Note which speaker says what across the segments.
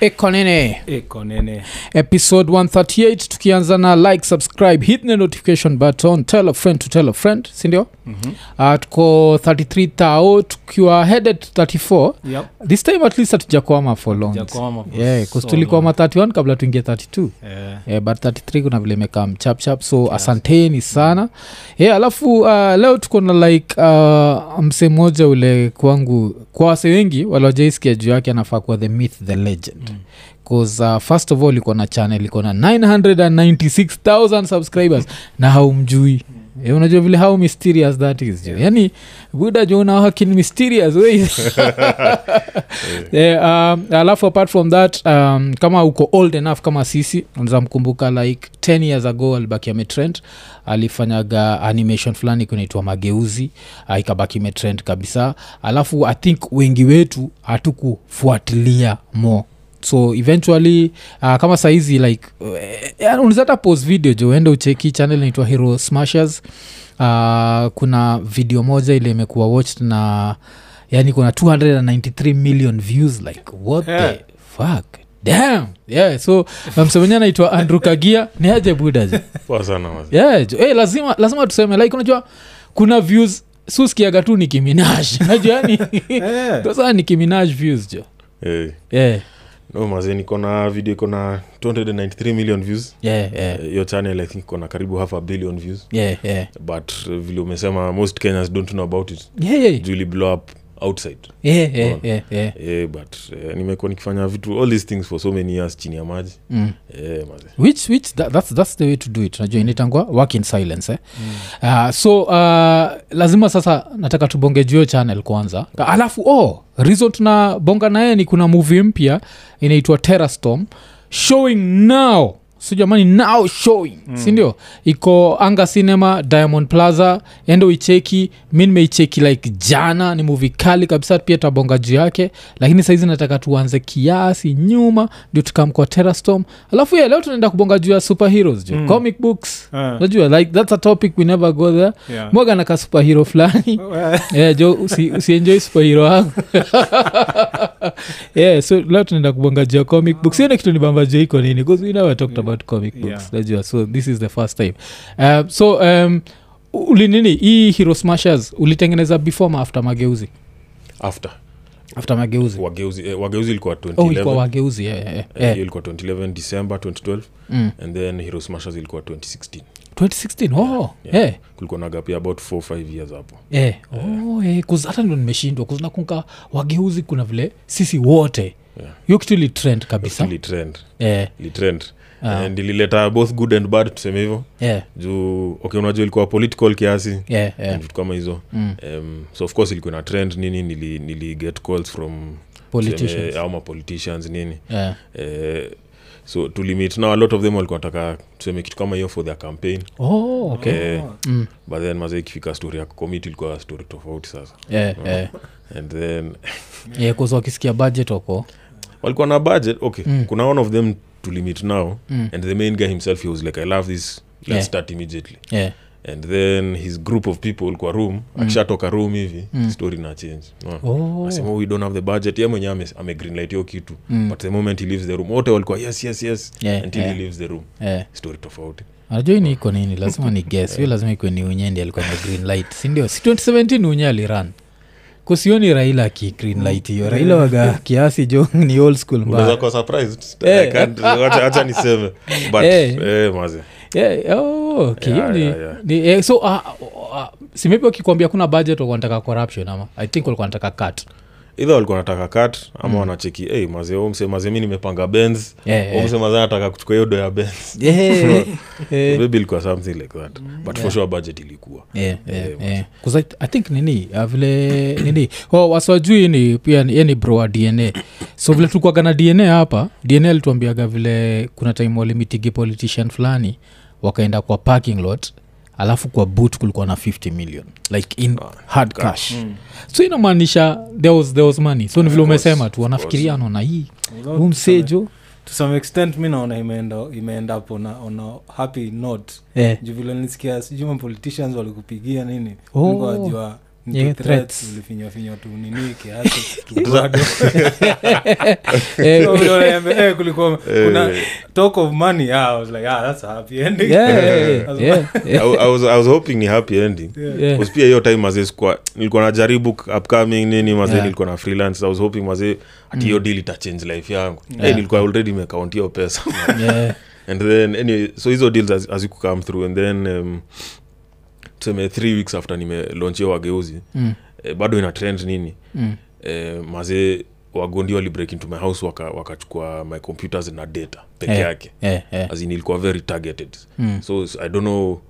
Speaker 1: ekonene
Speaker 2: ekonene
Speaker 1: episode 138 tukianza na like subscribe hit the notification button tell a friend to tell a friend sindio
Speaker 2: mm-hmm.
Speaker 1: uh, tuko 33 tao tukiwa headed to 34
Speaker 2: yep.
Speaker 1: this time at least hatujakwama for long
Speaker 2: Jakwama for
Speaker 1: yeah, 'cause
Speaker 2: so
Speaker 1: tulikwama
Speaker 2: long.
Speaker 1: 31 kabla tuingie 32
Speaker 2: Eh,
Speaker 1: Yeah, but 33 kuna vile imekaa mchapchap so yes. asanteni sana ye yeah, alafu uh, leo tuko na like uh, mse mmoja ule kwangu kwa wase wengi waliojaiskia juu yake anafaa kuwa the myth the legend mm. cause uh, first of all iko na channel iko na 996000 subscribers na haumjui Eh, unajua vile how mysterious that is yeah. yani buda junahakin mysterious ways yeah, um, alafu apart from that um, kama uko old enough kama sisi unaweza mkumbuka like 10 years ago alibaki ametrend alifanyaga animation fulani kunaitwa mageuzi uh, ikabaki imetrend kabisa alafu i think wengi wetu hatukufuatilia more so eventually uh, kama saizi like uh, unaweza hata post video jo uende ucheki channel inaitwa hero smashers uh, kuna video moja ile imekuwa watched na yani kuna 293 million views like what
Speaker 2: Yeah.
Speaker 1: the fuck damn yeah so namsemenye anaitwa andrew kagia ni aje buda jo
Speaker 3: poa sana wazi
Speaker 1: yeah, jo. Hey, lazima lazima tuseme like unajua kuna views suskiaga tu ni kiminaj najua yani
Speaker 2: eh,
Speaker 1: sasa ni kiminaj views jo
Speaker 3: hey.
Speaker 1: yeah,
Speaker 3: Eh, no mazi niko na video iko na 293 million views
Speaker 1: yeah, yeah.
Speaker 3: Eh, your channel i think iko na karibu half a billion views
Speaker 1: Yeah, yeah.
Speaker 3: but eh, vile umesema most kenyans don't know about it
Speaker 1: Yeah, yeah.
Speaker 3: juli blow up outside
Speaker 1: Yeah, yeah,
Speaker 3: Ona.
Speaker 1: yeah, yeah.
Speaker 3: yeah, but eh, nimekuwa nikifanya vitu all these things for so many years chini ya maji Eh,
Speaker 1: Mm.
Speaker 3: yeah, mazi
Speaker 1: which which that, that's, that's the way to do it najua initangwa work in silence eh? mm. uh, so uh, lazima sasa nataka tubonge juu hiyo channel kwanza Ka- alafu oh reason tunabonga naye ni kuna movie mpya inaitwa terrastorm showing now So jamani now showing mm. sindio iko anga cinema diamond plaza ende uicheki mi nimeicheki like jana ni muvi kali kabisa pia tabonga juu yake lakini saizi nataka tuanze kiasi nyuma ndio tukamkwa terastom alafu yeah, leo tunaenda kubonga juu ya superheroes juu mm. comic books
Speaker 2: eh,
Speaker 1: unajua like that's a topic we never go there
Speaker 2: yeah.
Speaker 1: mwaga naka superhero fulani
Speaker 2: Eh,
Speaker 1: yeah, jo usi, usienjoi superhero wangu yeah, so leo tunaenda kubonga juu ya comic books hiyo ni kitu nibamba juu iko nini bcause we never talked about comic books
Speaker 2: Yeah.
Speaker 1: najua so this is the first time um, so um, uli nini hii hero smashers ulitengeneza before ma after mageuzi
Speaker 3: after
Speaker 1: after mageuzi
Speaker 3: wageuzi eh, wageuzi ilikuwa
Speaker 1: oh, ilikuwa
Speaker 3: 2011
Speaker 1: wageuzi yeah, yeah,
Speaker 2: Uh,
Speaker 3: Eh,
Speaker 1: yeah.
Speaker 3: hiyo ilikuwa 2011 december 2012
Speaker 1: Mm.
Speaker 3: and then hero smashers ilikuwa 2016
Speaker 1: 2016 oh,
Speaker 3: Yeah.
Speaker 1: yeah.
Speaker 3: kulikuwa na gap ya about 4 5 years hapo
Speaker 1: Eh, oh, eh, 'cause hata ndo nimeshindwa kuznakunka wageuzi kuna vile sisi wote
Speaker 3: Yeah.
Speaker 1: hiyo kitu ilitrend kabisa
Speaker 3: Ili trend
Speaker 1: eh,
Speaker 3: Ili trend
Speaker 1: Ah.
Speaker 3: and ilileta both good and bad tuseme hivyo
Speaker 1: eh,
Speaker 3: juu okay unajua ilikuwa political kiasi
Speaker 1: eh, eh,
Speaker 3: and vitu kama hizo
Speaker 1: mm,
Speaker 3: um, so of course ilikuwa na trend nini nili, nili get calls from
Speaker 1: politicians,
Speaker 3: tuseme, ama politicians nini
Speaker 1: eh.
Speaker 3: eh, so tulimit now a lot of them walikuwa nataka tuseme kitu kama hiyo for their campaign
Speaker 1: Oh, okay.
Speaker 3: Eh,
Speaker 1: Mm,
Speaker 3: but then maza ikifika story ya kukomit ilikuwa story tofauti sasa
Speaker 1: eh, eh.
Speaker 3: and then
Speaker 1: Eh, 'cause wakisikia budget wako
Speaker 3: walikuwa na budget okay
Speaker 1: Mm.
Speaker 3: kuna one of them tulimit now
Speaker 1: Mm.
Speaker 3: and the main guy himself he was like i love this let's
Speaker 1: Yeah.
Speaker 3: start immediately
Speaker 1: eh,
Speaker 3: and then his group of people kwa room mm. akishatoka room hivi
Speaker 1: Mm.
Speaker 3: mm. story na change no.
Speaker 1: oh,
Speaker 3: nasema we don't have the budget ye mwenye ame, ame greenlight hiyo kitu
Speaker 1: Mm.
Speaker 3: but the moment he leaves the room wote walikuwa yes yes yes
Speaker 1: Yeah,
Speaker 3: until
Speaker 1: yeah.
Speaker 3: he leaves the room
Speaker 1: eh.
Speaker 3: story tofauti
Speaker 1: anajua ni iko nini lazima ni guess hiyo lazima ikuwe ni unye ndi alikuwa na green light sindio si 2017 unye aliran kusioni raila aki green light hiyo raila waga kiasi jo ni old school mbaya
Speaker 3: unaweza kuwa surprised
Speaker 1: Eh.
Speaker 3: I can't- acha acha niseme but
Speaker 1: Eh.
Speaker 3: eh, maze
Speaker 1: Yeah, oh, okay.
Speaker 3: Yeah,
Speaker 1: Ni-
Speaker 3: yeah, yeah.
Speaker 1: ni- eh, so uh, uh, simepi wakikwambia kuna budget walikuwa wanataka corruption ama i think walikuwa wanataka cut
Speaker 3: idha walikuwa nataka kat ama wanacheki hey, maze omse maze mi nimepanga bens
Speaker 1: Mm. Yeah, yeah.
Speaker 3: omse maze anataka kuchukua hiyo do ya bens
Speaker 1: yeah, yeah,
Speaker 3: maybe ilikuwa something like that but for sure budget ilikuwa
Speaker 1: yeah, yeah,
Speaker 3: Eh,
Speaker 1: yeah. 'Cause I, i think nini uh, vile nini oh, wasiwajui ni pia ni- yeye ni bro wa dna so vile tulikuwaga na dna hapa dna alituambiaga vile kuna time walimitigi politician fulani wakaenda kwa parking lot alafu kwa boot kulikuwa na 50 million like in
Speaker 3: Ah,
Speaker 1: hard cash
Speaker 3: Hmm.
Speaker 1: mm. so inamaanisha there was, there was money so ni vile umesema tu wanafikiria naona hii
Speaker 3: Oh,
Speaker 2: although
Speaker 1: huu
Speaker 2: to some-
Speaker 1: msejo
Speaker 2: to some extent mi naona imeenda imeenda up on a, on a happy note
Speaker 1: eh.
Speaker 2: juu vile nilisikia sijuma politicians walikupigia nini
Speaker 1: Oh.
Speaker 2: Nilikuwa wajua Ni
Speaker 1: Yeah,
Speaker 2: tu
Speaker 1: threats.
Speaker 2: threats zilifinywafinywa tu nini kiasi tu
Speaker 3: Sasa-
Speaker 2: bado.
Speaker 1: Eh,
Speaker 2: So, vile wanaambia, eh, kulikuwa kuna
Speaker 3: Eh.
Speaker 2: talk of money ah, I was like ah, that's a happy ending
Speaker 1: yeah, yeah,
Speaker 2: That's-
Speaker 1: yeah,
Speaker 3: I,
Speaker 1: yeah,
Speaker 3: I, was, i was hoping ni happy ending
Speaker 1: yeah.
Speaker 3: Because pia hiyo time mazee sikuwa nilikuwa najaribu upcoming nini mazee
Speaker 1: Yeah. Mm.
Speaker 3: nilikuwa na freelance i was hoping mazee ati hiyo deal itachange life yangu yeah.
Speaker 1: Yeah.
Speaker 3: nilikuwa already imekaunt hiyo pesa
Speaker 1: Yeah.
Speaker 3: and then anyway, so hizo deals haziku come through and then um, tuseme three weeks after nimelaunch hiyo wageuzi
Speaker 1: Mm,
Speaker 3: eh, bado ina trend nini
Speaker 1: mm.
Speaker 3: eh, mazee wagondi walibreak into my house waka- wakachukua my computers na data peke
Speaker 1: Eh.
Speaker 3: yake
Speaker 1: Yeah, yeah.
Speaker 3: as in ilikuwa very targeted
Speaker 1: Mm.
Speaker 3: so s- i don't know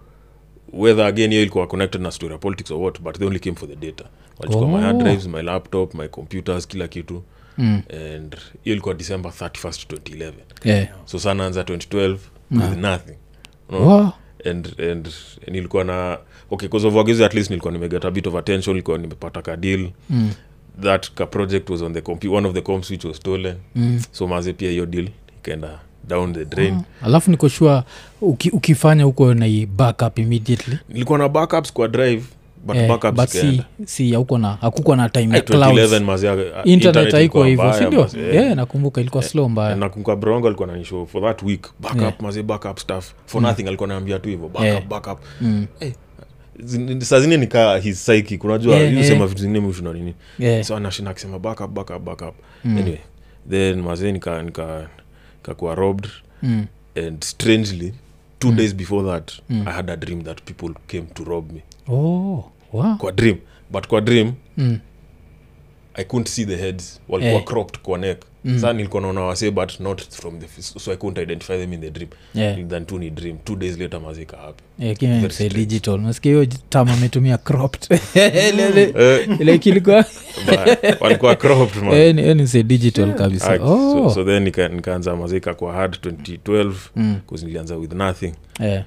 Speaker 3: whether again hiyo ilikuwa connected na story ya politics or what but they only came for the data walichukua my hard
Speaker 1: Oh.
Speaker 3: drives my laptop my computers kila kitu
Speaker 1: Mm.
Speaker 3: and hiyo ilikuwa december 31st 2011
Speaker 1: Yeah.
Speaker 3: so sanaanza 2012 with nothing Unaona?
Speaker 1: Wow.
Speaker 3: and and nilikuwa na okay cause of wagezi at least nilikuwa nimeget a bit of attention nilikuwa nimepata ka deal
Speaker 1: Mm.
Speaker 3: that ka project was on the compu- one of the comps which was stolen
Speaker 1: Mm.
Speaker 3: so maze pia hiyo deal ikaenda down the drain
Speaker 1: alafu nikoshua uki, ukifanya huko nai backup immediately
Speaker 3: nilikuwa na backups kwa drive but
Speaker 1: Eh,
Speaker 3: backups
Speaker 1: but si,
Speaker 3: ikaenda.
Speaker 1: si hakuko na hakukwa na time
Speaker 3: Ay,
Speaker 1: ya clouds
Speaker 3: 2011 maze, ah,
Speaker 1: internet haikuwa
Speaker 3: ilikuwa
Speaker 1: hivyo
Speaker 3: mbaya,
Speaker 1: sindio
Speaker 3: maze, eh.
Speaker 1: yeah, nakumbuka ilikuwa slow
Speaker 3: And
Speaker 1: mbaya
Speaker 3: nakumbuka brongo alikuwa nanishow for that week backup
Speaker 1: Yeah. Mm.
Speaker 3: maze backup stuff for nothing alikuwa naambia tu hivyo backup
Speaker 1: Yeah.
Speaker 3: backup Eh,
Speaker 1: Mm.
Speaker 3: Zin- saa zingine nikaa his psychic unajua
Speaker 1: Yeah,
Speaker 3: yeah,
Speaker 1: yeah.
Speaker 3: sema vitu zingine mwisho na nini
Speaker 1: Yeah. Mm.
Speaker 3: so anashinda akisema backup backup backup anyway then mazee nika nika nikakuwa robbed
Speaker 1: Mm.
Speaker 3: and strangely two days before that i had a dream that people came to rob me
Speaker 1: Oh, wow.
Speaker 3: kwa dream but kwa dream
Speaker 1: Mm.
Speaker 3: i couldn't see the heads walikuwa
Speaker 1: Eh.
Speaker 3: cropped kwa neck mm. saa nilikuwa naona wase but not from the face, so i couldn't identify them in the dream
Speaker 1: Yeah.
Speaker 3: then tu ni dream two days later mazika happy
Speaker 1: Eh, kile
Speaker 3: Very
Speaker 1: mse
Speaker 3: strange.
Speaker 1: digital nasikia hiyo tam ametumia cropped Ile- ile-
Speaker 3: Eh,
Speaker 1: ile kilikuwa
Speaker 3: but walikuwa cropped man.
Speaker 1: Eh, ni- eh, ni mse digital kabisa
Speaker 3: Aki-
Speaker 1: oh.
Speaker 3: so, so then nika, nikaanza mazika kwa hard 2012 mm. nilianza with nothing
Speaker 1: Eh,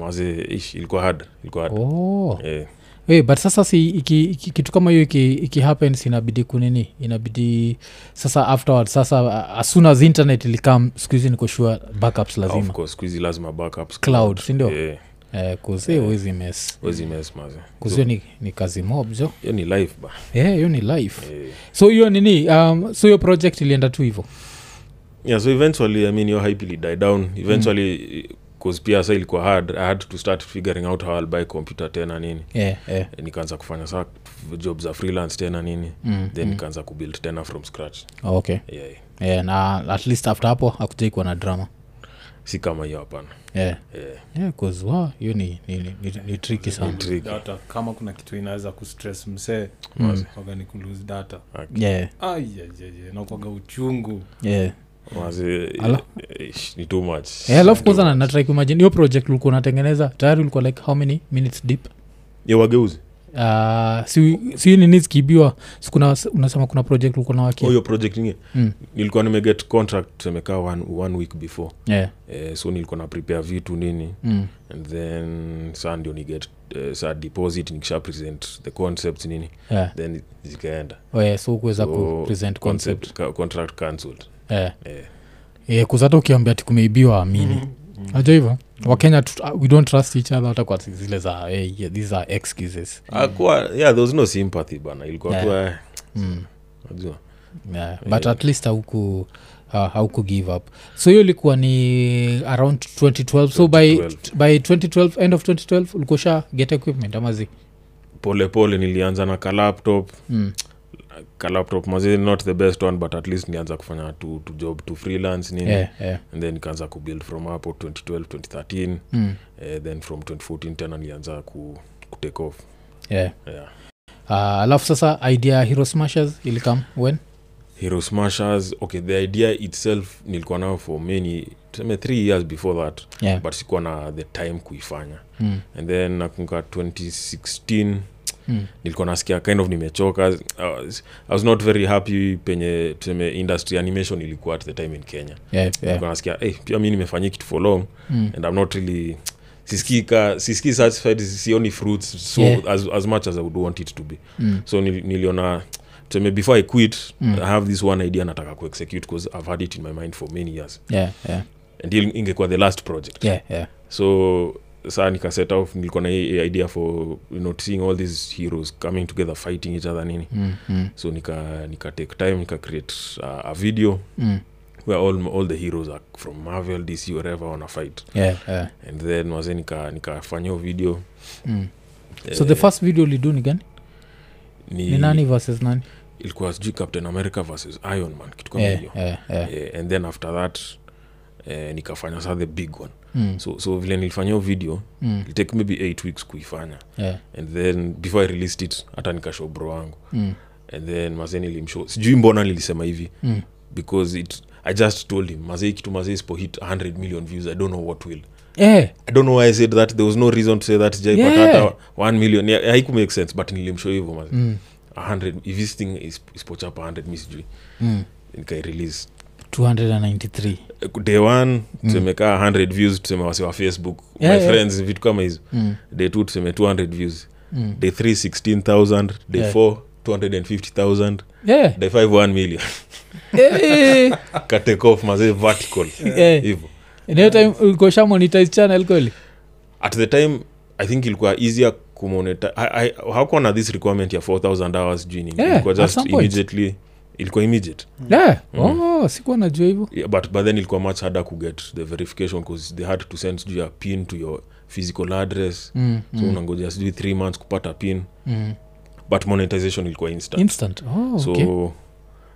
Speaker 3: maze ish ilikuwa hard ilikuwa hard
Speaker 1: oh.
Speaker 3: eh,
Speaker 1: Eh, but sasa si iki, iki, kitu kama hiyo iki, iki happens inabidi kunini inabidi sasa afterward sasa uh, as soon as internet ilikam skuhizi nikoshua backups
Speaker 3: of
Speaker 1: lazima
Speaker 3: course skuizi lazima backups
Speaker 1: cloud sindio yeah.
Speaker 3: Eh,
Speaker 1: eh, kuzie uwezi mes
Speaker 3: wezi mess maze
Speaker 1: kuzio ni, ni kazi mob jo
Speaker 3: hiyo ni life ba
Speaker 1: Eh, hiyo ni life
Speaker 3: eh.
Speaker 1: so hiyo nini um, so hiyo project ilienda tu hivo
Speaker 3: yeah so eventually i mean your hype ili die down eventually cause pia sa ilikuwa hard i had to start figuring out how i'll buy computer tena nini
Speaker 1: yeah, yeah.
Speaker 3: Eh, nikaanza kufanya sa job za freelance tena nini
Speaker 1: Mm,
Speaker 3: then nikaanza kubuild tena from scratch
Speaker 1: Oh, okay
Speaker 3: yeah, yeah.
Speaker 1: yeah, na at least after hapo akujaikuwa na drama
Speaker 3: si kama hiyo hapana
Speaker 1: yeah.
Speaker 3: yeah.
Speaker 1: yeah, 'cause, wow, hiyo ni, ni, ni, ni, ni tricky sana
Speaker 3: Intrigue.
Speaker 2: data kama kuna kitu inaweza kustress msee
Speaker 1: Mm.
Speaker 2: waga ni kulose data
Speaker 1: yeah,
Speaker 2: aijeje nakwaga uchungu
Speaker 1: yeah.
Speaker 3: Maze,
Speaker 1: Ala.
Speaker 3: eh, ish, ni too much
Speaker 1: Eh, alafu
Speaker 3: Too
Speaker 1: kwanza na-
Speaker 3: much.
Speaker 1: natry kuimagine hiyo project ulikuwa unatengeneza tayari ulikuwa like how many minutes deep
Speaker 3: Ya wageuzi
Speaker 1: Uh, si si nini zikiibiwa si kuna unasema kuna project ulikuwa na wakia
Speaker 3: hiyo Oh, project nyingine
Speaker 1: Mm.
Speaker 3: nilikuwa nimeget contract tusemekaa one, one week before
Speaker 1: yeah.
Speaker 3: eh, so nilikuwa na prepare vitu nini
Speaker 1: mm.
Speaker 3: and then saa ndio niget eh, saa deposit nikisha present the concept nini
Speaker 1: yeah.
Speaker 3: then zikaenda
Speaker 1: Oh, yeah, so kuweza
Speaker 3: So,
Speaker 1: kupresent concept
Speaker 3: concept ca- contract cancelled
Speaker 1: yeah.
Speaker 3: eh.
Speaker 1: yeah, kuzata ukiambia ti kumeibiwa amini najua hivyo wakenya tu, uh, we don't trust each other hata kwa zile za hey, yeah, these are excuses
Speaker 3: Hakuwa- yeah there was no sympathy bana ilikuwa tu eh,
Speaker 1: mm.
Speaker 3: najua
Speaker 1: yeah. but at least hauku uh, hauku give up so hiyo ilikuwa ni around 2012 so by,
Speaker 3: 2012.
Speaker 1: by 2012 end of 2012 ulikusha get equipment amazi
Speaker 3: pole pole nilianza na ka laptop
Speaker 1: mm.
Speaker 3: ka laptop mazi not the best one but at least nilianza kufanya tu, tu job tu freelance nini
Speaker 1: yeah, yeah.
Speaker 3: and then nikaanza kubuild from hapo 2012 2013
Speaker 1: Mm.
Speaker 3: eh, then from 2014 tena nilianza ku, ku take off
Speaker 1: yeah.
Speaker 3: yeah.
Speaker 1: Uh, alafu sasa idea ya hero smashers ilikam when
Speaker 3: hero smashers okay the idea itself nilikuwa nayo for many tuseme three years before that
Speaker 1: yeah.
Speaker 3: but sikuwa na the time kuifanya
Speaker 1: mm.
Speaker 3: and then nakumbuka 2016
Speaker 1: Mm.
Speaker 3: nilikuwa nasikia kind of nimechoka I was, i was not very happy penye tuseme industry animation ilikuwa at the time in kenya
Speaker 1: yeah, yeah.
Speaker 3: nilikuwa nasikia hey, pia mi nimefanyia kitu for long
Speaker 1: Mm.
Speaker 3: and i'm not really siskii ka- siskii satisfied sioni fruits so
Speaker 1: Yeah.
Speaker 3: as, as much as i would want it to be
Speaker 1: Mm.
Speaker 3: so nil, niliona tuseme before i quit
Speaker 1: Mm.
Speaker 3: i have this one idea nataka kuexecute bcause i've had it in my mind for many years
Speaker 1: Yeah, yeah,
Speaker 3: and hiyo ingekuwa the last project
Speaker 1: yeah, yeah.
Speaker 3: so saa nikaset off nilikuwa na hii idea for you know, seeing all these heroes coming together fighting each other nini
Speaker 1: Mm, mm,
Speaker 3: so nika, nika take time nika create uh, a, a video
Speaker 1: mm.
Speaker 3: where all, all the heroes are from marvel dc wherever wana fight
Speaker 1: Yeah, yeah.
Speaker 3: and then waze nikafanya nika nikafanya hiyo video
Speaker 1: Mm. so the
Speaker 3: Eh,
Speaker 1: first video ulidu ni gani ni
Speaker 3: ni,
Speaker 1: nani versus nani
Speaker 3: ilikuwa sijui captain america versus iron man kitu kama hiyo
Speaker 1: yeah, yeah, yeah.
Speaker 3: Eh, and then after that eh, nikafanya saa the big one
Speaker 1: Mm,
Speaker 3: so, so vile nilifanya hiyo video
Speaker 1: mm,
Speaker 3: ilitake maybe 8 weeks kuifanya
Speaker 1: yeah,
Speaker 3: and then before i released it hata nikashow bro wangu
Speaker 1: mm,
Speaker 3: and then mazee nilimshow sijui mbona nilisema hivi
Speaker 1: mm.
Speaker 3: because it i just told him mazee kitu mazee isipohit 100 million views i don't know what will
Speaker 1: Eh,
Speaker 3: i don't know why i said that there was no reason to say that jaipata
Speaker 1: Yeah.
Speaker 3: hata 1 million Yeah, haiku make sense but nilimshow hivyo mazee
Speaker 1: mm,
Speaker 3: 100 if this thing is, ispochapa 100 mi sijui
Speaker 1: mm.
Speaker 3: nikairelease
Speaker 1: 293
Speaker 3: day one tuseme kaa 100 views tuseme wasi wa facebook
Speaker 1: Yeah,
Speaker 3: my
Speaker 1: yeah.
Speaker 3: friends vitu kama hizi
Speaker 1: Mm,
Speaker 3: day two tuseme 200 views
Speaker 1: mm.
Speaker 3: day 3 16000 day
Speaker 1: Yeah.
Speaker 3: 4 250000
Speaker 1: Yeah,
Speaker 3: day 5 1 million
Speaker 1: eh, eh, eh.
Speaker 3: katekof mazee vertical
Speaker 1: Eh.
Speaker 3: hivo
Speaker 1: In hiyo time ulikuwa usha monetize channel kweli
Speaker 3: at the time i think ilikuwa easier kumonetize hakuwa na this requirement ya 4000 hours juu nini
Speaker 1: Yeah,
Speaker 3: ilikuwa
Speaker 1: at
Speaker 3: just
Speaker 1: some point.
Speaker 3: immediately ilikuwa immediate
Speaker 1: yeah. oh, sikuwa najua hivyo
Speaker 3: yeah, but, but then ilikuwa much harder kuget the verification bcause they had to send sijuu ya pin to your physical address
Speaker 1: mm,
Speaker 3: so unangoja sijui three months kupata pin
Speaker 1: mm.
Speaker 3: but monetization ilikuwa instant
Speaker 1: instant oh,
Speaker 3: so
Speaker 1: okay.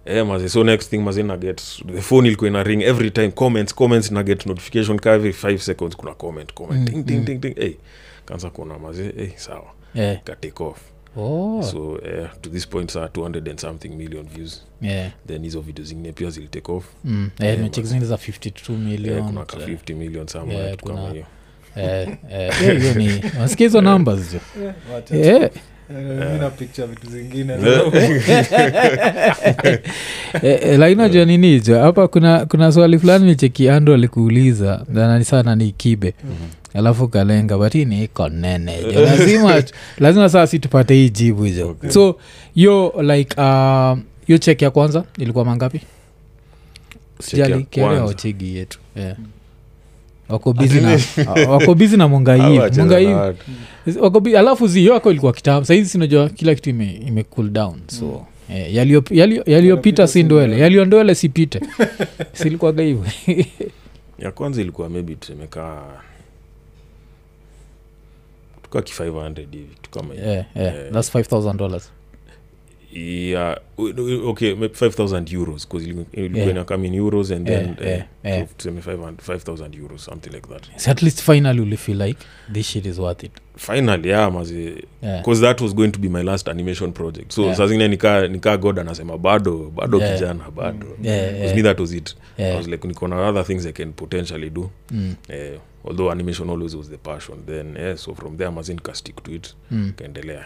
Speaker 3: eh, maze so next thing maze naget the phone ilikuwa ina ring every time comments comments naget notification ka every five seconds kuna comment comment
Speaker 1: Mm,
Speaker 3: ting, ting,
Speaker 1: mm.
Speaker 3: ting, ting. Hey, kanza eh, kuona maze hey, sawa
Speaker 1: yeah.
Speaker 3: ka take off
Speaker 1: oh,
Speaker 3: so eh, to this point saa 200 and something million views
Speaker 1: yeah.
Speaker 3: then hizo video zingine pia zilitake off
Speaker 1: mm.
Speaker 3: Yeah,
Speaker 1: yeah, nimecheck zingine za 52
Speaker 3: eh,
Speaker 1: million
Speaker 3: kuna ka 50 million somewhere
Speaker 1: Yeah,
Speaker 3: kitu kama
Speaker 1: kuna-
Speaker 3: hiyo
Speaker 1: Eh, eh, hiyo- hiyo ni wasikia hizo numbers jo Eh.
Speaker 2: mina picha vitu zingine
Speaker 1: Eh, eh, lakini najua nini hicho hapa kuna kuna swali fulani nicheki ando alikuuliza nani sana ni kibe
Speaker 3: Mm-hmm.
Speaker 1: alafu kalenga batini iko nene jo. lazima lazima saa si tupate hii jibu hizo
Speaker 3: Okay.
Speaker 1: so yo like um, yo chek ya kwanza ilikuwa mangapi
Speaker 3: ya
Speaker 1: sijali kiarea
Speaker 3: kwanza.
Speaker 1: wachegi yetu yeah. wako busy na- wako busy na mungaiv
Speaker 3: Hawa
Speaker 1: mungaiv
Speaker 3: wacheza na
Speaker 1: Wako bi- alafu zio yako ilikuwa kitamu sahizi sinajua kila kitu ime, ime cool down so mm. eh, yaliyop- yali- yaliyopita
Speaker 2: Yaliyopita
Speaker 1: si
Speaker 2: si
Speaker 1: ndwele
Speaker 2: ndwele.
Speaker 1: yaliyondwele sipite silikwaga hivo
Speaker 3: ya kwanza ilikuwa maybe tuseme kaa tuka ki 500 hivi kitu kama hiyo
Speaker 1: yeah, yeah.
Speaker 3: Eh.
Speaker 1: thats 5000 dollars
Speaker 3: yeah. okay maybe 5000 euros bcause ilikuwa
Speaker 1: Yeah.
Speaker 3: inakam in euros and then
Speaker 1: Yeah, yeah,
Speaker 3: eh,
Speaker 1: yeah.
Speaker 3: so tuseme 500 5000 euros something like that
Speaker 1: so at least finally ulifeel like this shit is worth it Eh,
Speaker 3: finally yeah mazi
Speaker 1: yeah.
Speaker 3: bcause that was going to be my last animation project so
Speaker 1: Yeah.
Speaker 3: saa zingine nikaa nika god anasema bado bado
Speaker 1: Yeah.
Speaker 3: kijana bado
Speaker 2: Mm.
Speaker 3: yeah.
Speaker 1: Yeah, yeah,
Speaker 3: me that was it i
Speaker 1: yeah.
Speaker 3: was like nikona other things i can potentially do
Speaker 1: eh. Mm,
Speaker 3: eh, although animation always was the passion then eh, so from there mazin ka stick to it
Speaker 1: mm.
Speaker 3: kaendelea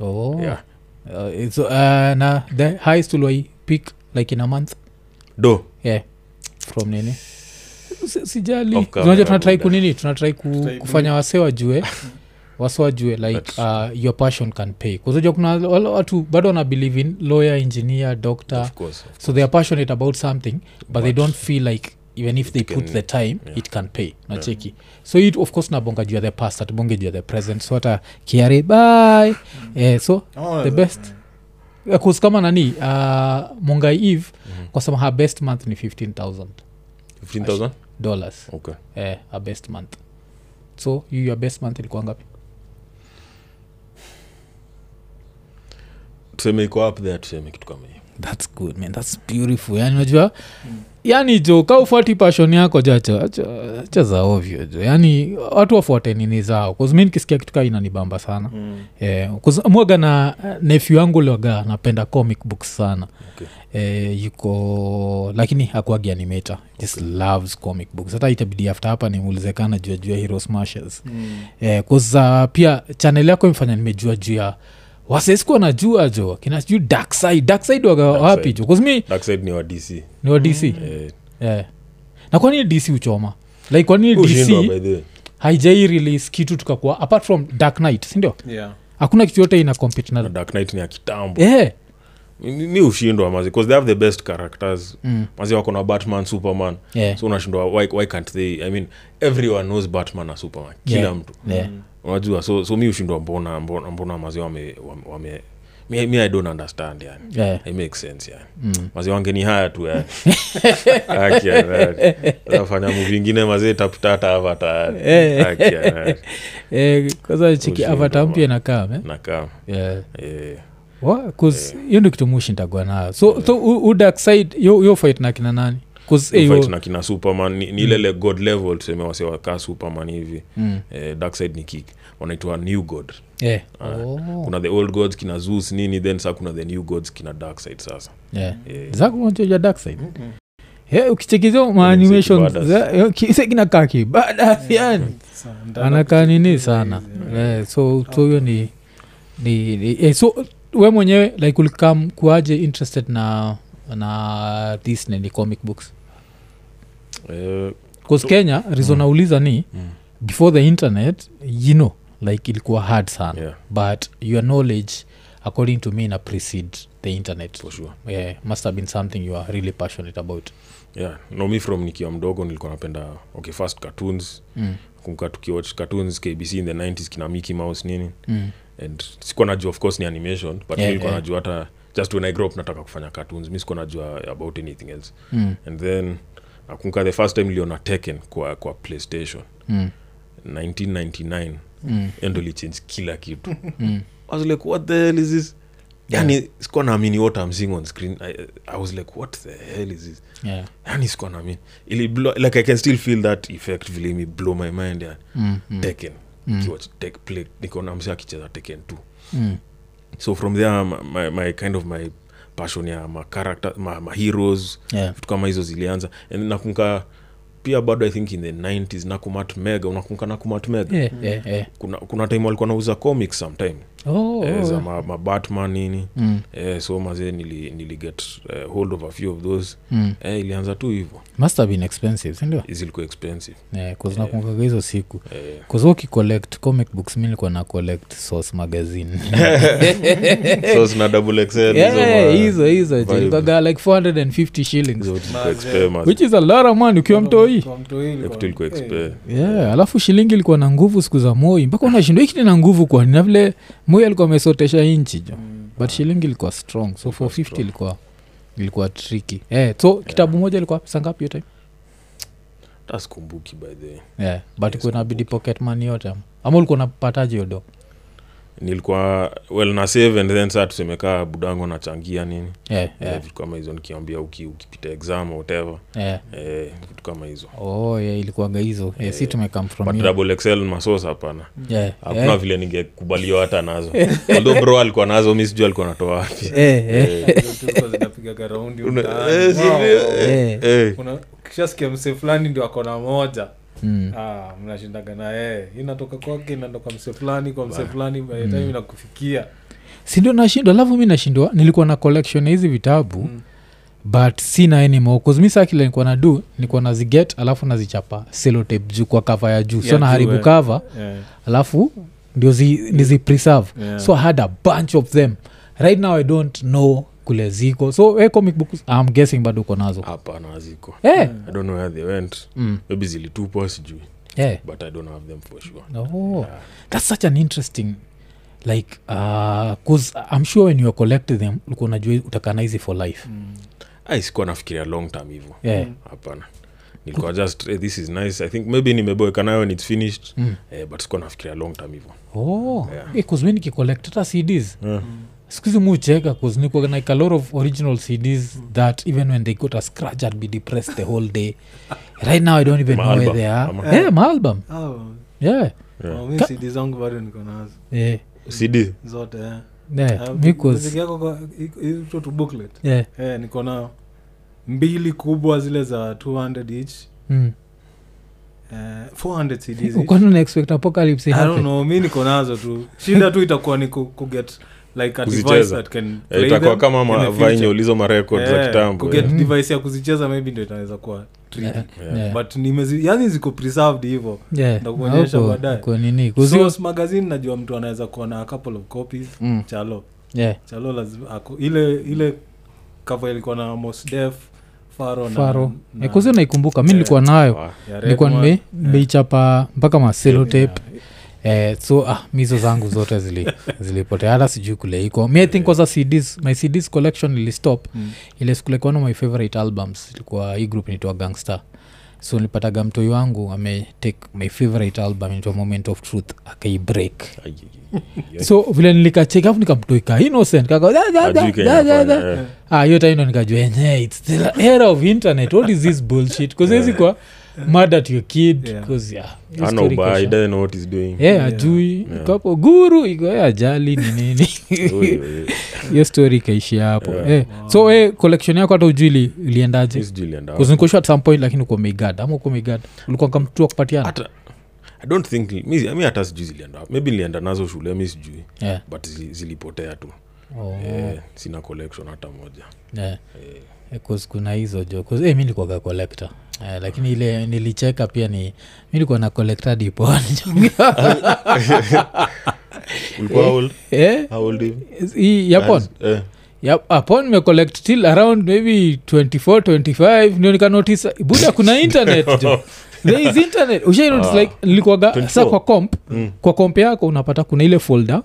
Speaker 1: Oh.
Speaker 3: yeah.
Speaker 1: Uh, it's, uh, na the highest uliwai pick like in a month
Speaker 3: do
Speaker 1: yeah. from nini Si- sijali
Speaker 3: Off camera,
Speaker 1: unajua tunatrai
Speaker 3: buda.
Speaker 1: kunini tunatrai ku,
Speaker 2: Tutaibu-
Speaker 1: kufanya wase wajue wase wajue like uh, your passion can pay kuzajua kuna wale watu bado wana believe in lawyer engineer doctor
Speaker 3: of course of
Speaker 1: so they are passionate about something but, they
Speaker 3: But-
Speaker 1: don't feel like even if
Speaker 3: It
Speaker 1: they put
Speaker 3: can-
Speaker 1: the time
Speaker 3: yeah.
Speaker 1: it can pay nacheki so it of course nabonga juu ya the past atubonge juu ya the present so hata kiare by eh, so the best kus kama nani uh, mungai eve
Speaker 3: Mhm.
Speaker 1: kwasema her best month ni 15000
Speaker 3: 15000
Speaker 1: dollars
Speaker 3: okay
Speaker 1: eh, a best month so you your best month ilikuwa ngapi
Speaker 3: tuseme iko up there tuseme kitu kama hiyo
Speaker 1: thats good man thats beautiful yani unajua yani jo kaufuati pashon yako jacha cha za ovyo jo yani watu wafuate nini zao kuzmi nikisikia kitu kaa inanibamba sana
Speaker 3: Mm.
Speaker 1: eh, 'cause mwaga na nefyu yangu lwaga napenda comic books sana
Speaker 3: Okay.
Speaker 1: eh, yuko lakini hakuagi animator just loves comic books hata itabidi after hapa nimuulizekana juu ya- juu ya hero smashers
Speaker 3: Mm.
Speaker 1: eh, kuza pia chanel yako imfanya nimejua juu ya wasesikuwa najua jo kina sijuu dakside dakside waga
Speaker 3: Dark
Speaker 1: wapi
Speaker 3: Side.
Speaker 1: jo kuzimi
Speaker 3: dark side ni wa dc
Speaker 1: ni wa dc mm.
Speaker 3: eh,
Speaker 1: eh. na kwa nini dc uchoma like kwa nini
Speaker 3: ushindwa
Speaker 1: dc
Speaker 3: by the way
Speaker 1: haijai release kitu tukakuwa apart from dark knight sindio
Speaker 2: Yeah.
Speaker 1: hakuna kitu yote ina compete
Speaker 3: Na
Speaker 1: na
Speaker 3: dark knight ni ya kitambo
Speaker 1: eh.
Speaker 3: mi mi hushindwa mazi bcause they have the best characters mm. mazi wako na batman superman
Speaker 1: Yeah.
Speaker 3: so unashindwa why, why can't they i mean everyone knows batman na superman kila
Speaker 1: Yeah.
Speaker 3: mtu
Speaker 1: Yeah.
Speaker 3: unajua so, so mi hushindwa mbona mbona, mbona mazi wame, wame, wame mi, mi i don't understand yani
Speaker 1: Yeah.
Speaker 3: it makes sense yani mm. mazi wangeni haya tu yani Haki ya dhati. Unafanya movie ingine mazi tapitata hapa tayari
Speaker 1: Eh.
Speaker 3: Haki ya dhati.
Speaker 1: Eh, kwanza chiki
Speaker 3: Ushindwa,
Speaker 1: avata mpya
Speaker 3: man.
Speaker 1: inakaa me
Speaker 3: nakaa
Speaker 1: Yeah.
Speaker 3: eh.
Speaker 1: Wa- 'cause hiyo ndio kitu mushindagwa nayo so, so u- u dark side yo, yo fight na kina nani 'Cause, eh,
Speaker 3: fight
Speaker 1: yo-
Speaker 3: na kina superman ni, ni ilele god level tuseme wasewakaa superman hivi
Speaker 1: Mm.
Speaker 3: eh, dark side ni kick wanaitwa new god
Speaker 1: Yeah.
Speaker 3: Ah.
Speaker 1: Oh.
Speaker 3: kuna the old gods kina zeus nini then saa kuna the new gods kina dark side sasa
Speaker 1: Yeah.
Speaker 3: eh,
Speaker 1: zakuonjoja dark side Eh,
Speaker 2: Mm-mm.
Speaker 1: yeah, ukichekizia
Speaker 3: Kibadas.
Speaker 1: eh, maanimationskinakaa
Speaker 2: Hmm.
Speaker 1: kibadas yani
Speaker 2: Sa- ndio
Speaker 1: anakaa nini
Speaker 2: nakuchekea
Speaker 1: sana
Speaker 2: hizi, eh.
Speaker 1: yeah, so so hiyo ni, ni, ni eh, so we mwenyewe like ulikam kuaje interested na na this nini comic books
Speaker 3: eh,
Speaker 1: bcause kenya reason
Speaker 3: Mm.
Speaker 1: nauliza ni
Speaker 3: Mm.
Speaker 1: before the internet you know like ilikuwa hard sana
Speaker 3: yeah,
Speaker 1: but your knowledge according to me na precede the internet
Speaker 3: for sure
Speaker 1: yeah, must have been something you are really passionate about
Speaker 3: yeah no mi from nikiwa mdogo nilikuwa napenda okay first cartoons
Speaker 1: mm.
Speaker 3: kumka tukiwatch cartoons kbc in the 90s kina mickey mouse nini
Speaker 1: Mm.
Speaker 3: and sikuwa najua of course ni animation but
Speaker 1: Yeah,
Speaker 3: yeah, nilikuwa
Speaker 1: yeah.
Speaker 3: najua hata just when i grow up nataka kufanya cartoons mi sikuwa najua about anything else
Speaker 1: Mm.
Speaker 3: and then nakumbuka the first time niliona teken kwa, kwa playstation
Speaker 1: Mm.
Speaker 3: 1999
Speaker 1: Mm.
Speaker 3: hiyo ndo ilichange kila kitu
Speaker 1: Mm.
Speaker 3: I was like what the hell is this yani sikuwa naamini what I'm seeing on screen I, I was like what the hell is this
Speaker 1: Yeah.
Speaker 3: yani sikuwa naamini ili blow, like i can still feel that effect vile imi blow my mind yani
Speaker 1: Mm. Mm.
Speaker 3: teken
Speaker 1: Mm.
Speaker 3: kiwatch tek play nikaona msi akicheza teken tu
Speaker 1: Mm.
Speaker 3: so from there my, my, my kind of my passion ya ma character ma, ma heroes
Speaker 1: Yeah.
Speaker 3: vitu kama hizo zilianza And nakumbuka pia bado i think in the 90s nakumat mega unakumbuka nakumat mega
Speaker 1: Yeah, yeah, yeah.
Speaker 3: kuna, kuna time walikuwa nauza comics sometime
Speaker 1: Oh,
Speaker 3: eh,
Speaker 1: oh,
Speaker 3: za
Speaker 1: yeah.
Speaker 3: ma, ma batman nini
Speaker 1: Mm,
Speaker 3: eh, so mazee nili, niliget eh, hold of a few of those
Speaker 1: mm.
Speaker 3: eh, ilianza tu hivo
Speaker 1: must have been expensive sindio
Speaker 3: zilikuwa expensive
Speaker 1: kuznakumbukaga hizo siku
Speaker 3: eh,
Speaker 1: kuzokicollect comic books mi nilikuwa na collect source magazine
Speaker 3: so zina double XL,
Speaker 1: Eh. Yeah,
Speaker 3: Eh, hizo
Speaker 1: hizo
Speaker 3: ma-
Speaker 1: hizo
Speaker 3: vibe.
Speaker 1: chilikaga like 450 shillings
Speaker 3: hizo zilikuwa expe, mazee.
Speaker 1: which is a lot of money ukiwa mtoi
Speaker 2: Kwa mtoi
Speaker 3: Vitu
Speaker 2: ilikuwa-
Speaker 3: ilikuwa expe.
Speaker 2: eh,
Speaker 1: yeah alafu shilingi ilikuwa na nguvu siku za moi mpaka unashindwa hiki na nguvu kwani na vile moi alikuwa amesotesha inchi jo
Speaker 2: mm,
Speaker 1: but shilingi ilikuwa strong so 450
Speaker 3: Ah. strong.
Speaker 1: ilikuwa ilikuwa triki eh, so kitabu moja ilikuwa pesa ngapi hiyo time
Speaker 3: Hata sikumbuki by the way
Speaker 1: yeah, but
Speaker 3: Yes,
Speaker 1: yes, kunabidi pocket money yote ama. ama ulikuwa unapataje hiyo do
Speaker 3: nilikuwa well na save and then saa tusemekaa budango nachangia nini
Speaker 1: yeah,
Speaker 3: Eh,
Speaker 1: yeah,
Speaker 3: vitu kama hizo nikiambia uki, ukipita exam or whatever
Speaker 1: yeah.
Speaker 3: eh, vitu kama hizo
Speaker 1: oh yeah, ilikuwaga hizo yeah, si
Speaker 3: Eh,
Speaker 1: tumekam from
Speaker 3: but
Speaker 1: here.
Speaker 3: double excel masosa hapana
Speaker 1: yeah,
Speaker 3: hakuna
Speaker 1: yeah.
Speaker 3: vile ningekubaliwa hata nazo although bro alikuwa nazo mi sijui alikuwa natoa wapi
Speaker 1: Eh, eh,
Speaker 2: hizo tu ilikuwa zinapigaga raundi
Speaker 3: Una-
Speaker 2: mtaani.
Speaker 3: eh, si
Speaker 2: Wow.
Speaker 3: ndio?
Speaker 1: eh.
Speaker 3: Eh,
Speaker 2: Kuna- ukishasikia msee fulani ndio akona moja
Speaker 1: Mm,
Speaker 2: Ah, mnashindaga na yeye inatoka kwake inatoka msee fulani kwa msee fulani by the time
Speaker 3: Mm.
Speaker 2: inakufikia
Speaker 1: si ndio nashindwa alafu mi nashindwa nilikuwa na collection ya hizi vitabu
Speaker 2: Mm.
Speaker 1: but sina anymore cause mi saa kile nilikuwa na do nilikuwa naziget alafu nazichapa selotape juu kwa kava ya juu
Speaker 2: Ya
Speaker 1: so
Speaker 2: juu,
Speaker 1: naharibu
Speaker 2: eh.
Speaker 1: kava
Speaker 2: Eh,
Speaker 1: alafu ndio zi, nizipreserve
Speaker 2: yeah.
Speaker 1: so i had a bunch of them right now i don't know kule ziko so hey, comic books i'm guessing bado uko nazo
Speaker 3: hapana haziko
Speaker 1: Eh,
Speaker 3: i don't know where they went
Speaker 1: mm,
Speaker 3: maybe zilitupwa sijui
Speaker 1: eh.
Speaker 3: but i don't have them for sure
Speaker 1: Oh, that's such an interesting like bcause i'm sure when you are collect them ulikuwa unajua utakana hizi for life
Speaker 2: Mm.
Speaker 3: ai sikuwa nafikiria long term hivo
Speaker 1: yeah.
Speaker 3: hapana nilikuwa just eh, this is nice i think maybe nimeboeka nayo and its finished
Speaker 1: Mm.
Speaker 3: eh, but sikuwa nafikiria long term hivo
Speaker 1: oh
Speaker 3: Yeah.
Speaker 1: yeah. mi nikicollect hata cds
Speaker 3: Yeah.
Speaker 1: skuzi mucheka bcause nikuwa like a lot of original cds that even when they got a scratch i'd be depressed the whole day right now i don't even
Speaker 3: Ma
Speaker 1: know where
Speaker 3: album,
Speaker 1: they
Speaker 3: ama-
Speaker 1: are yeah, maalbum
Speaker 2: Oh,
Speaker 1: yeah
Speaker 3: Yeah.
Speaker 2: oh, mi
Speaker 1: Ka-
Speaker 2: CD zangu bado niko nazo
Speaker 1: yeah.
Speaker 3: Eh. cd
Speaker 2: zote eh.
Speaker 1: yeah.
Speaker 2: Ah,
Speaker 1: because
Speaker 2: muziki yako kwa- iko- iko tu booklet
Speaker 1: yeah.
Speaker 2: Eh, niko nao mbili kubwa zile za 200 each
Speaker 1: mm.
Speaker 2: eh, 400 CDs each.
Speaker 1: kwani unaexpect apocalypse
Speaker 2: I don't
Speaker 1: happen?
Speaker 2: know, mi niko nazo tu shida tu itakuwa ni ku, kuget like a device
Speaker 3: Kuzicheza.
Speaker 2: that can
Speaker 3: Eh,
Speaker 2: play
Speaker 3: itakuwa
Speaker 2: them
Speaker 3: kama
Speaker 2: in the
Speaker 3: mavainye
Speaker 2: future.
Speaker 3: ulizo marekod za
Speaker 2: Eh,
Speaker 3: kitambo
Speaker 2: kuget
Speaker 3: eh.
Speaker 1: Mm.
Speaker 2: device ya kuzicheza maybe ndo itaweza kuwa tricky.
Speaker 1: Eh,
Speaker 3: Yeah.
Speaker 1: Yeah.
Speaker 2: but nimezi yani ziko preserved hivo
Speaker 1: Yeah.
Speaker 2: Nitakuonyesha
Speaker 1: Na huko-
Speaker 2: baadaye.
Speaker 1: huko nini 'Cause hiyo-
Speaker 2: source magazine najua mtu anaweza kuwa na a couple of copies
Speaker 1: Mm.
Speaker 2: chalo
Speaker 1: yeah.
Speaker 2: chalo lazima ako, ile ile cover ilikuwa na mos def faro na-
Speaker 1: faro
Speaker 2: na-
Speaker 1: ekuzi naikumbuka mi
Speaker 3: Yeah.
Speaker 1: nilikuwa nayo
Speaker 3: Wow.
Speaker 2: ya Red
Speaker 1: nilikuwa
Speaker 2: One,
Speaker 1: nime- nimeichapa mpaka maselotape Eh, so ah, mizo zangu zote zili, zilipotea hata sijui kule iko mi i think kwanza cds my cds collection ilistop
Speaker 2: Mm.
Speaker 1: ile siku like one of my favorite albums ilikuwa hii group nitoa gangster so nilipataga mtoi wangu ame take my favorite album into moment of truth akaibreak
Speaker 3: Ai, ai, ai.
Speaker 1: so vile nilikacheka afu nikamtoika innocent kaka da, da, da,
Speaker 3: Hajui Kenya
Speaker 1: da, da, da.
Speaker 3: hapana, eh.
Speaker 1: Ah, hiyo time ndo nikajua enye its the era of internet what is this bullshit bcause yeah. kwa mad at your kid
Speaker 2: Yeah.
Speaker 1: 'cause, yeah, hiyo
Speaker 3: Hana
Speaker 1: story
Speaker 3: ubaya, he
Speaker 1: kesha.
Speaker 3: doesn't know what he's doing.
Speaker 1: Eh,
Speaker 2: Yeah.
Speaker 1: ajui
Speaker 3: Yeah.
Speaker 1: kapo guru iko eh, ajali ni
Speaker 3: Oi,
Speaker 1: nini
Speaker 3: oi, oi.
Speaker 1: hiyo story ikaishia hapo
Speaker 3: Yeah.
Speaker 1: Eh, so eh, collection yako hata ujui ili- iliendaje
Speaker 3: Mi sijui ilienda wapi.
Speaker 1: kuzinkushwa at some point lakini uko meigad ama uko meigad ulikuwa kamtua kupatiana
Speaker 3: Hata- I don't think mi mi hata sijui zilienda wapi. maybe nilienda nazo shule mi sijui
Speaker 1: yeah.
Speaker 3: but zili- zilipotea tu
Speaker 1: oh.
Speaker 3: Eh, sina collection hata moja
Speaker 1: yeah. Eh, 'cause kuna hizo jo 'Cause, eh, mi nilikuwaga collector Eh, lakini ile nilicheka pia ni mi nilikuwa na collector dipoani
Speaker 3: Ulikuwa how old?
Speaker 1: eh,
Speaker 3: How old you?
Speaker 1: hii yapon
Speaker 3: Eh,
Speaker 1: Yep, upon mecollect till around maybe 24 25 ndio nikanotice buda kuna internet jo there is internet ushainotice
Speaker 3: Ah.
Speaker 1: like nilikuwaga sa
Speaker 3: 24.
Speaker 1: kwa comp
Speaker 3: Mm.
Speaker 1: kwa komp yako unapata kuna ile folder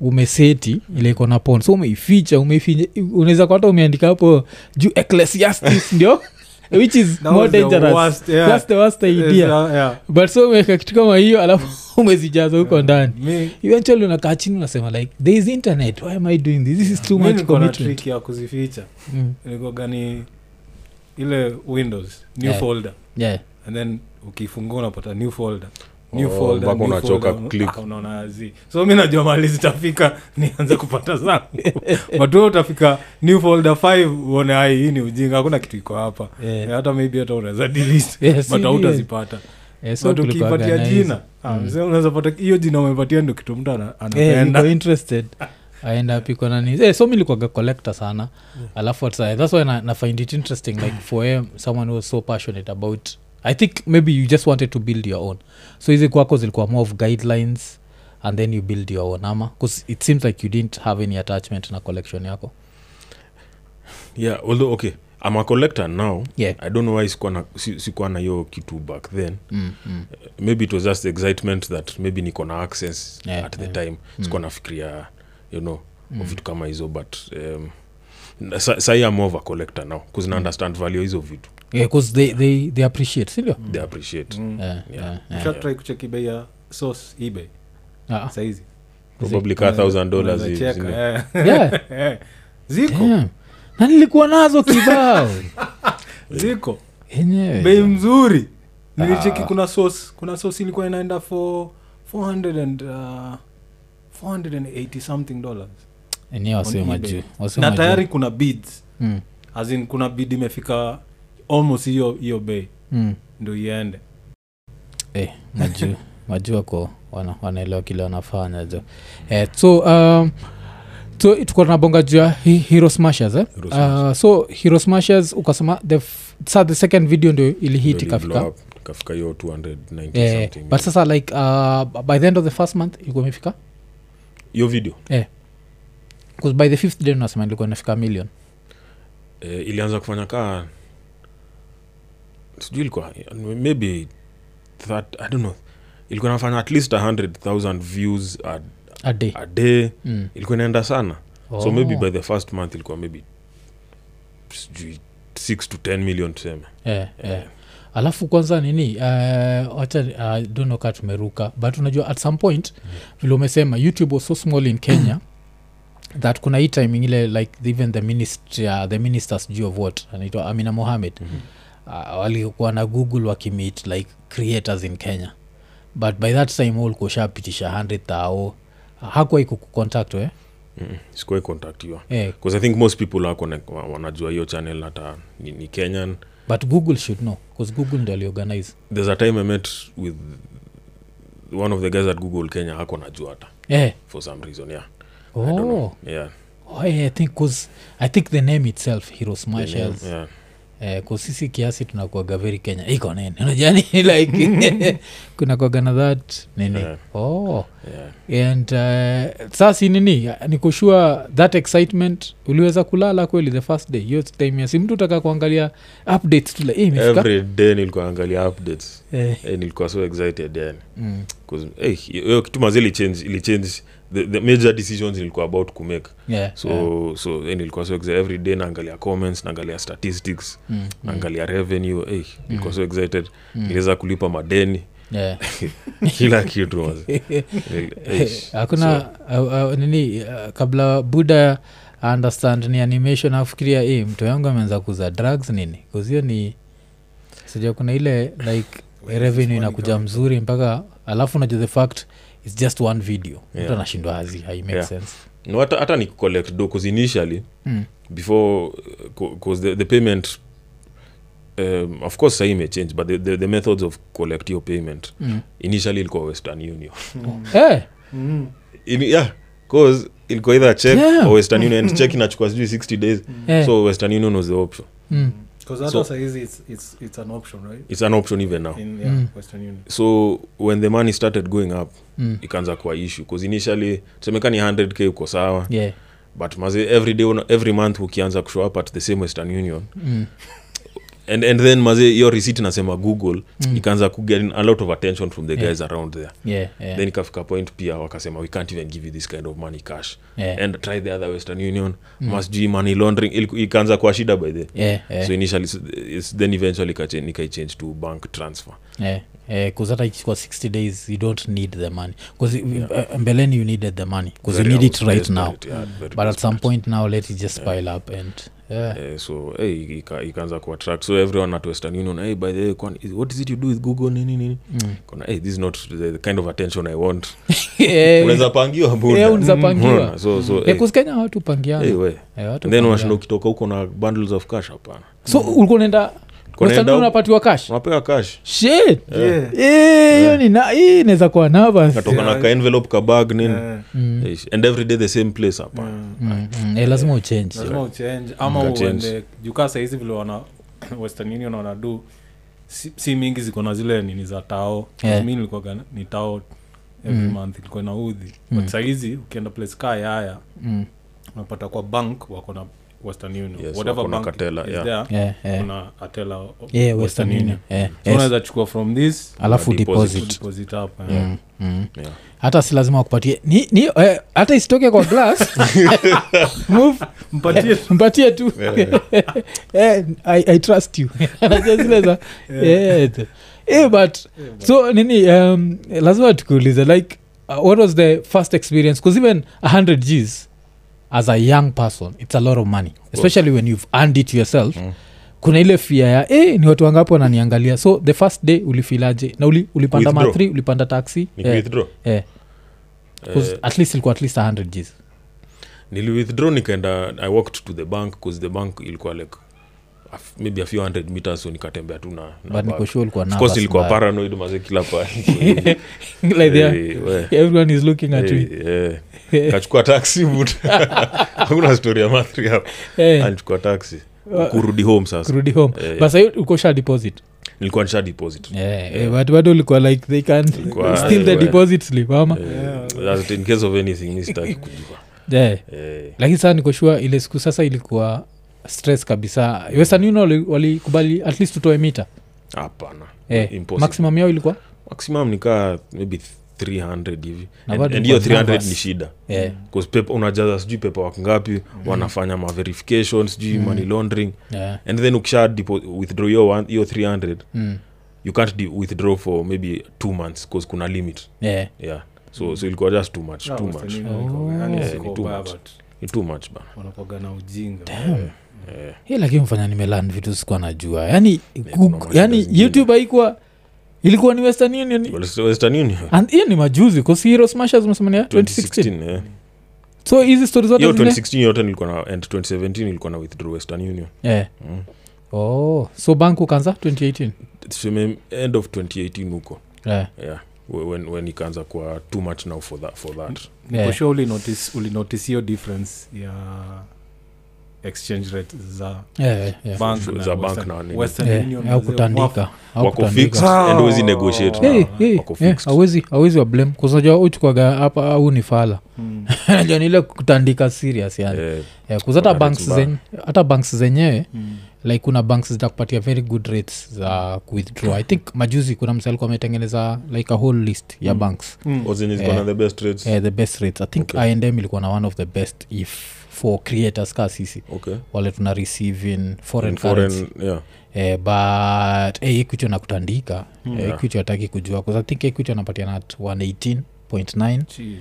Speaker 1: umeseti ile iko na pon so umeificha umeifinya unaweza kwata umeandika hapo juu ecclesiastis ndio which is
Speaker 2: That was
Speaker 1: more
Speaker 2: the
Speaker 1: dangerous
Speaker 2: worst, yeah.
Speaker 1: that's the worst
Speaker 2: Yes,
Speaker 1: idea
Speaker 2: yeah, yeah.
Speaker 1: but so umeweka kitu kama hiyo alafu umezijaza huko ndani
Speaker 2: Mi-
Speaker 1: eventually unakaa chini unasema like there is internet why am i doing this this is too
Speaker 2: mi
Speaker 1: much
Speaker 2: niko na
Speaker 1: commitment
Speaker 2: trick ya kuzificha
Speaker 1: mm.
Speaker 2: ilikuwaga ni ile windows new
Speaker 1: Yeah.
Speaker 2: folder
Speaker 1: yeah.
Speaker 2: and then ukiifungua unapata new folder New
Speaker 3: Oh,
Speaker 2: folder,
Speaker 3: mpaka
Speaker 2: new
Speaker 3: unachoka
Speaker 2: folder.
Speaker 3: kuclick.
Speaker 2: Ah, unaona zi so mi najua mali zitafika nianze kupata zangu but wewe utafika new folder 5 uone ai hii ni ujinga hakuna kitu iko hapa Eh,
Speaker 1: Yeah.
Speaker 2: hata maybe hata unaweza delete
Speaker 1: Yeah, si
Speaker 2: but
Speaker 1: ndio?
Speaker 2: hautazipata
Speaker 1: Yeah, so
Speaker 2: but
Speaker 1: tulikuwaga
Speaker 2: ukiipatia
Speaker 1: na
Speaker 2: jina
Speaker 1: hizo.
Speaker 2: ah,
Speaker 1: Mm.
Speaker 2: mzee unaweza pata hiyo jina umepatia ndo kitu mtu ana-
Speaker 1: Eh, niko
Speaker 2: anapenda
Speaker 1: interested I end up iko nani eh, so mi likuaga collector sana yeah. alafu at sa- that's why na, na find it interesting like for him someone who was so passionate about i think maybe you just wanted to build your own so hizi kwako zilikuwa more of guidelines and then you build your own ama bcause it seems like you didn't have any attachment na collection yako
Speaker 3: yeah although okay i'm a collector now
Speaker 1: yeah
Speaker 3: i don't know why sikuwa na- si- sikuwa na hiyo kitu back then
Speaker 1: mm, mm.
Speaker 3: maybe it was just excitement that maybe niko na access
Speaker 1: Yeah,
Speaker 3: at the
Speaker 1: yeah.
Speaker 3: time
Speaker 1: Mm.
Speaker 3: sikuwa nafikiria you know mm.
Speaker 1: Mm.
Speaker 3: vitu kama hizo but um, na- sa- sahi am over collector now kuzina
Speaker 1: Mm.
Speaker 3: understand value hizo vitu
Speaker 1: yeah, 'cause they, they, they appreciate sindio
Speaker 2: Mm.
Speaker 3: they appreciate
Speaker 2: Mm.
Speaker 1: yeah,
Speaker 3: Yeah.
Speaker 1: yeah, yeah.
Speaker 2: Ushatry kucheki bei ya source ebay
Speaker 1: eh. Ah,
Speaker 2: saizi
Speaker 3: probably ka thousand dollars
Speaker 2: Unaweza cheka,
Speaker 3: hivi, zile.
Speaker 2: eh.
Speaker 1: Yeah.
Speaker 2: Eh, ziko
Speaker 1: damn. na nilikuwa nazo kibao
Speaker 2: ziko
Speaker 1: Yenyewe.
Speaker 2: bei mzuri nilicheki
Speaker 1: Eh, Ah.
Speaker 2: kuna sos kuna sos ilikuwa inaenda for 400 and, uh, 480 something dollars
Speaker 1: Oh Yenyewe wasio
Speaker 2: On eBay.
Speaker 1: majuu, wasio
Speaker 2: na
Speaker 1: majuu.
Speaker 2: tayari kuna bids
Speaker 1: Mm,
Speaker 2: as in kuna bid imefika almost hiyo hiyo bei
Speaker 1: mm.
Speaker 2: ndo iende
Speaker 1: Eh, majuu majuu wako wana- wanaelewa kile wanafanya jo eh, so um, so tuko tunabonga juu ya hi- hero smashers eh?
Speaker 3: Hero
Speaker 1: uh, so hero smashers ukasema the, f- sa the second video ndio ilihit
Speaker 3: Ndio
Speaker 1: ikafika
Speaker 3: iliblow up, ikafika hiyo 290
Speaker 1: eh,
Speaker 3: something.
Speaker 1: but sasa like uh, by the end of the first month ilikuwa imefika
Speaker 3: hiyo video
Speaker 1: 'Cause by the fifth day unasema ilikuwa inafika million
Speaker 3: eh, ilianza kufanya kaa sijui ilikuwa maybe that, i don't know ilikuwa nafanya at least 100000 views a,
Speaker 1: a day
Speaker 3: a day
Speaker 1: mm.
Speaker 3: ilikuwa inaenda sana oh. so maybe
Speaker 1: Oh.
Speaker 3: by the first month ilikuwa maybe sijui 6 to 10 million tuseme
Speaker 1: Eh, eh. alafu kwanza nini uh, wacha uh, dono ka tumeruka but unajua at some point mm. vile umesema youtube was so small in kenya that kuna hii time ingine like even the ministry, uh, the minister sijui of what anaitwa amina mohamed
Speaker 3: Mhm.
Speaker 1: uh, walikuwa na google wakimit like creators in kenya but by that time wewe ulikuwa ushapitisha 100 thao hakuwai kukucontact eh?
Speaker 3: mm sikuwai contactiwa
Speaker 1: eh,
Speaker 3: bcause i think most people wako na- wa- wanajua hiyo channel hata ni, ni kenyan
Speaker 1: but google should know bcause google ndio aliorganize
Speaker 3: there's a time i met with one of the guys at google kenya hako najua hata
Speaker 1: eh.
Speaker 3: for some reason yeah I don't know.
Speaker 1: oh.
Speaker 3: yeah
Speaker 1: Oh, yeah, I think 'cause- I think the name itself hero
Speaker 3: the name,
Speaker 1: smashers
Speaker 3: yeah.
Speaker 1: eh, kusisi kiasi tunakuaga very kenya iko nini unajani like kunakuaga na that nini
Speaker 3: Yeah.
Speaker 1: oh
Speaker 3: yeah.
Speaker 1: and uh, sasi nini ni kushua that excitement uliweza kulala kweli the first day hiyo time ya si mtu utaka kuangalia updates tule hey, imefika
Speaker 3: every day nilikuwa angalia updates
Speaker 1: eh,
Speaker 3: hey, nilikuwa so excited yani
Speaker 1: mm,
Speaker 3: 'Cause, hey, hiyo kitu mazi ilichange ilichange the, the major decisions nilikuwa about kumake
Speaker 1: yeah,
Speaker 3: so
Speaker 1: yeah,
Speaker 3: so eh, nilikuwa so excited every day naangalia comments naangalia statistics
Speaker 1: mm, mm,
Speaker 3: naangalia revenue eh, nilikuwa
Speaker 1: Mm.
Speaker 3: so excited
Speaker 1: mm,
Speaker 3: niliweza kulipa madeni
Speaker 1: yeah.
Speaker 3: kila kitu mazi. Nil- eh,
Speaker 1: hakuna uh, uh, nini uh, kabla buda understand ni animation afikiria hey, mtu yangu ameanza kuuza drugs nini kuzio ni sija kuna ile like revenue inakuja mzuri mpaka alafu unajua the fact its just one video
Speaker 3: Yeah.
Speaker 1: mtu anashindwa hazi haimake
Speaker 3: Yeah.
Speaker 1: sense
Speaker 3: no hata, hata ni collect do cause initially
Speaker 1: mm.
Speaker 3: before cause the, the payment um, of course sahii imechange but the, the, the methods of collect your payment
Speaker 1: Mm.
Speaker 3: initially ilikuwa western union
Speaker 1: Eh,
Speaker 2: Mm.
Speaker 3: In, yeah, cause ilikuwa either check
Speaker 1: Yeah.
Speaker 3: or western union and check inachukua sijui 60 days
Speaker 1: eh, mm,
Speaker 3: so western union was the option
Speaker 2: 'Cause hata
Speaker 3: So-
Speaker 2: sahizi it's, it's, it's an option right
Speaker 3: it's an option even now
Speaker 2: in yeah,
Speaker 1: Mm.
Speaker 2: western union
Speaker 3: so when the money started going up
Speaker 1: mm.
Speaker 3: ikaanza kuwa issue cause initially tusemekani 100k uko sawa
Speaker 1: Yeah.
Speaker 3: but maze every day una- every month ukianza kushow up at the same western union
Speaker 1: Mm.
Speaker 3: and, and then maze hiyo receipt nasema google
Speaker 1: Mm.
Speaker 3: ikaanza kuget a lot of attention from the
Speaker 1: Yeah.
Speaker 3: guys around there
Speaker 1: Yeah, yeah,
Speaker 3: then ikafika point pia wakasema we can't even give you this kind of money cash
Speaker 1: yeah,
Speaker 3: and try the other western union
Speaker 1: Mm.
Speaker 3: mm. masjui money laundering Iliku- ikaanza kuwa shida by the
Speaker 1: yeah, yeah,
Speaker 3: so initially s- is- then eventually ikache- nikaichange to bank transfer
Speaker 1: yeah, yeah, Eh, 'cause hata ikichukua 60 days you don't need the money 'Cause i- uh, mbeleni you needed the money 'cause you
Speaker 3: Very
Speaker 1: need
Speaker 3: I
Speaker 1: it
Speaker 3: was
Speaker 1: right
Speaker 3: desperate,
Speaker 1: now Mm.
Speaker 3: yeah, very
Speaker 1: but at some
Speaker 3: desperate.
Speaker 1: point now let it just pile up and yeah.
Speaker 3: Eh, so hey, ika- ikaanza kuattract so everyone at western union hey, by the way kwani- what is it you do with google nini nini
Speaker 1: Mm.
Speaker 3: kona hey, eh, this is not the kind of attention i want
Speaker 1: Eh,
Speaker 3: unaweza pangiwa bunda.
Speaker 1: eh, unaweza pangiwa.
Speaker 3: Unaona? so, so,
Speaker 1: eh,
Speaker 3: hey,
Speaker 1: kus Kenya watu
Speaker 3: hey,
Speaker 1: pangiana
Speaker 3: we.
Speaker 1: Eh, watu
Speaker 3: And then
Speaker 1: pangiana.
Speaker 3: unashinda ukitoka huko na bundles of cash hapana
Speaker 1: so ulikuwa unaenda Western
Speaker 3: naenda
Speaker 1: Union
Speaker 3: huko-
Speaker 1: unapatiwa cash
Speaker 3: unapewa cash
Speaker 1: shit
Speaker 2: yeah.
Speaker 1: Eh, hiyo ni na- hii inaweza kuwa nervous
Speaker 3: katoka na
Speaker 2: Yeah.
Speaker 3: ka envelope ka bag nini
Speaker 2: Yeah.
Speaker 1: Mm,
Speaker 3: Eish. and every day the same place hapana
Speaker 2: Mm.
Speaker 1: mm, mm. Eh, lazima uchange
Speaker 2: lazima uchange ama
Speaker 3: Ukachange.
Speaker 2: uende jukaa sahizi vile wana western union wanadu si, si mingi ziko na zile nini za tao
Speaker 1: Yeah.
Speaker 2: yeah. mi nilikuwaga ni tao every
Speaker 1: Mm.
Speaker 2: month ilikuwa na udhi
Speaker 1: Mm.
Speaker 2: but sahizi ukienda place kaa yaya
Speaker 1: Mm,
Speaker 2: unapata kwa bank wako na western union
Speaker 3: Yes,
Speaker 2: whatever
Speaker 3: wako na
Speaker 2: bank
Speaker 3: Katela,
Speaker 2: is
Speaker 3: yeah.
Speaker 2: there
Speaker 1: yeah, yeah.
Speaker 2: kuna atela o-
Speaker 1: Yeah, Western Union. Yeah,
Speaker 2: so
Speaker 1: yes.
Speaker 2: unaweza chukua from this
Speaker 1: alafu
Speaker 3: Una deposit.
Speaker 1: deposit
Speaker 2: to deposit eh. hapa
Speaker 1: Mm, mm.
Speaker 3: Yeah.
Speaker 1: hata si lazima wakupatie ni, ni, eh, hata isitoke kwa glass Move,
Speaker 2: mpatie
Speaker 1: mpatie tu Eh, I, I trust you Anajua zile za- Eh, eh, eh, but so nini um, lazima tukuulize like uh, what was the first experience because even 100 gs as a young person it's a lot of money
Speaker 3: course.
Speaker 1: especially when you've earned it yourself
Speaker 3: Mm.
Speaker 1: kuna ile fia ya eh, ni watu wangapo wananiangalia so the first day ulifilaje na uli, ulipanda
Speaker 3: Withdraw.
Speaker 1: matri ulipanda taxi
Speaker 3: Ni
Speaker 1: Eh,
Speaker 3: withdraw.
Speaker 1: eh, 'cause
Speaker 3: Eh,
Speaker 1: at least ilikuwa at least 100 gs
Speaker 3: nili withdraw nikaenda i walked to the bank bcause the bank ilikuwa like a f- maybe a few hundred meters so nikatembea tu na, na
Speaker 1: but
Speaker 3: bag.
Speaker 1: nikoshua ulikuwa
Speaker 3: of course
Speaker 1: nervous
Speaker 3: ilikuwa
Speaker 1: mbaya.
Speaker 3: paranoid maze kila pa
Speaker 1: like they are-
Speaker 3: Eh, we.
Speaker 1: everyone is looking at you
Speaker 3: Eh, eh. kachukua taxi but hakuna story ya matri hapo
Speaker 1: Eh, Uh,
Speaker 3: alichukua taxi kurudi home sasa
Speaker 1: kurudi home
Speaker 3: Eh,
Speaker 1: but sahi ukosha deposit
Speaker 3: nilikuwa nisha deposit
Speaker 1: Eh, eh, but bado ulikuwa like they can
Speaker 3: Ilikuwa-
Speaker 1: still the
Speaker 3: eh,
Speaker 1: deposit slip ama
Speaker 3: Eh,
Speaker 2: Yeah.
Speaker 3: that's it, in case of anything mi sitaki kujua
Speaker 1: Eh,
Speaker 3: Eh,
Speaker 1: lakini saa nikoshua ile siku sasa ilikuwa stress kabisa western union wali- walikubali at least utoe mita
Speaker 3: hapana
Speaker 1: eh,
Speaker 3: Impossible. Mm.
Speaker 1: maximum yao ilikuwa
Speaker 3: maximum ni kaa maybe 300 hivi
Speaker 1: Na
Speaker 3: And-
Speaker 1: bado
Speaker 3: and hiyo
Speaker 1: kwa
Speaker 3: 300
Speaker 1: nervous.
Speaker 3: ni shida
Speaker 1: eh,
Speaker 3: 'Cause paper- unajaza sijui pepa wakangapi
Speaker 1: Mm.
Speaker 3: wanafanya maverification sijui money laundering
Speaker 1: eh,
Speaker 3: and then ukisha depo- withdraw hiyo one- hiyo 300
Speaker 1: mm,
Speaker 3: you can't de- withdraw for maybe two months bcause kuna limit
Speaker 1: eh,
Speaker 3: yeah so, so ilikuwa just too much
Speaker 2: Ah,
Speaker 3: too much
Speaker 1: Oh.
Speaker 3: Yeah, ni too much.
Speaker 2: wanakwagana
Speaker 3: Ni too much bana
Speaker 2: ujinga
Speaker 3: Eh,
Speaker 1: hii lakini mfanya nimelan vitu sikuwa najua yani,
Speaker 3: kuna mashida
Speaker 1: yani
Speaker 3: zingine.
Speaker 1: youtube haikuwa ilikuwa ni western union
Speaker 3: West- western union
Speaker 1: and hiyo ni majuzi kusihiro smashers msemania Ah, 2016
Speaker 3: 2016 eh.
Speaker 1: so hizi stori zote
Speaker 3: hiyo
Speaker 1: zingine-
Speaker 3: 2016 yote nilikuwa na and 2017 nilikuwa na withdraw western union
Speaker 1: Eh.
Speaker 3: Mm.
Speaker 1: oh so bank ukaanza 2018
Speaker 3: tuseme end of 2018 huko
Speaker 1: Eh,
Speaker 3: yeah Wh- when, when ikaanza kuwa too much now for that, for that.
Speaker 1: eh.
Speaker 2: nikosha ulinotice hiyo difference ya exchange rate za
Speaker 1: yeah, yeah.
Speaker 2: bank
Speaker 3: Za
Speaker 2: na
Speaker 3: bank
Speaker 2: Western-
Speaker 3: na nini.
Speaker 2: Western Union
Speaker 1: Yeah, eh, au
Speaker 2: wazee, wafu-
Speaker 1: kutandika au
Speaker 3: wako
Speaker 1: kutandika. Eh,
Speaker 3: fixed and huwezi negotiate
Speaker 1: Hey,
Speaker 3: na
Speaker 1: hey,
Speaker 3: wako
Speaker 1: yeah,
Speaker 3: fixed
Speaker 1: awezi awezi wablame kusaja uchukwaga hapa au ni fala
Speaker 2: Mm.
Speaker 1: jonile kutandika serious yani
Speaker 3: Eh,
Speaker 1: yeah, 'cause hata
Speaker 3: Kuna
Speaker 1: banks
Speaker 3: rates mbaya.
Speaker 1: zenye- hata banks zenyewe
Speaker 2: Mm.
Speaker 1: like kuna banks zitakupatia very good rates za kuwithdraw i think majuzi kuna msee alikuwa ametengeneza like a whole list ya banks
Speaker 2: Mm.
Speaker 3: or zenye ziko na
Speaker 1: Eh.
Speaker 3: the best rates
Speaker 1: eh, the best rates i think
Speaker 3: Okay.
Speaker 1: indm ilikuwa na one of the best if for creators ka sisi
Speaker 3: okay
Speaker 1: wale tuna receive in foreign,
Speaker 3: In foreign-
Speaker 1: currency
Speaker 3: yeah.
Speaker 1: eh, but eh, equity nakutandika mm, eh,
Speaker 3: Yeah.
Speaker 1: equity hataki kujua bcause i think equity wanapatiana at 118.9
Speaker 2: Jeez.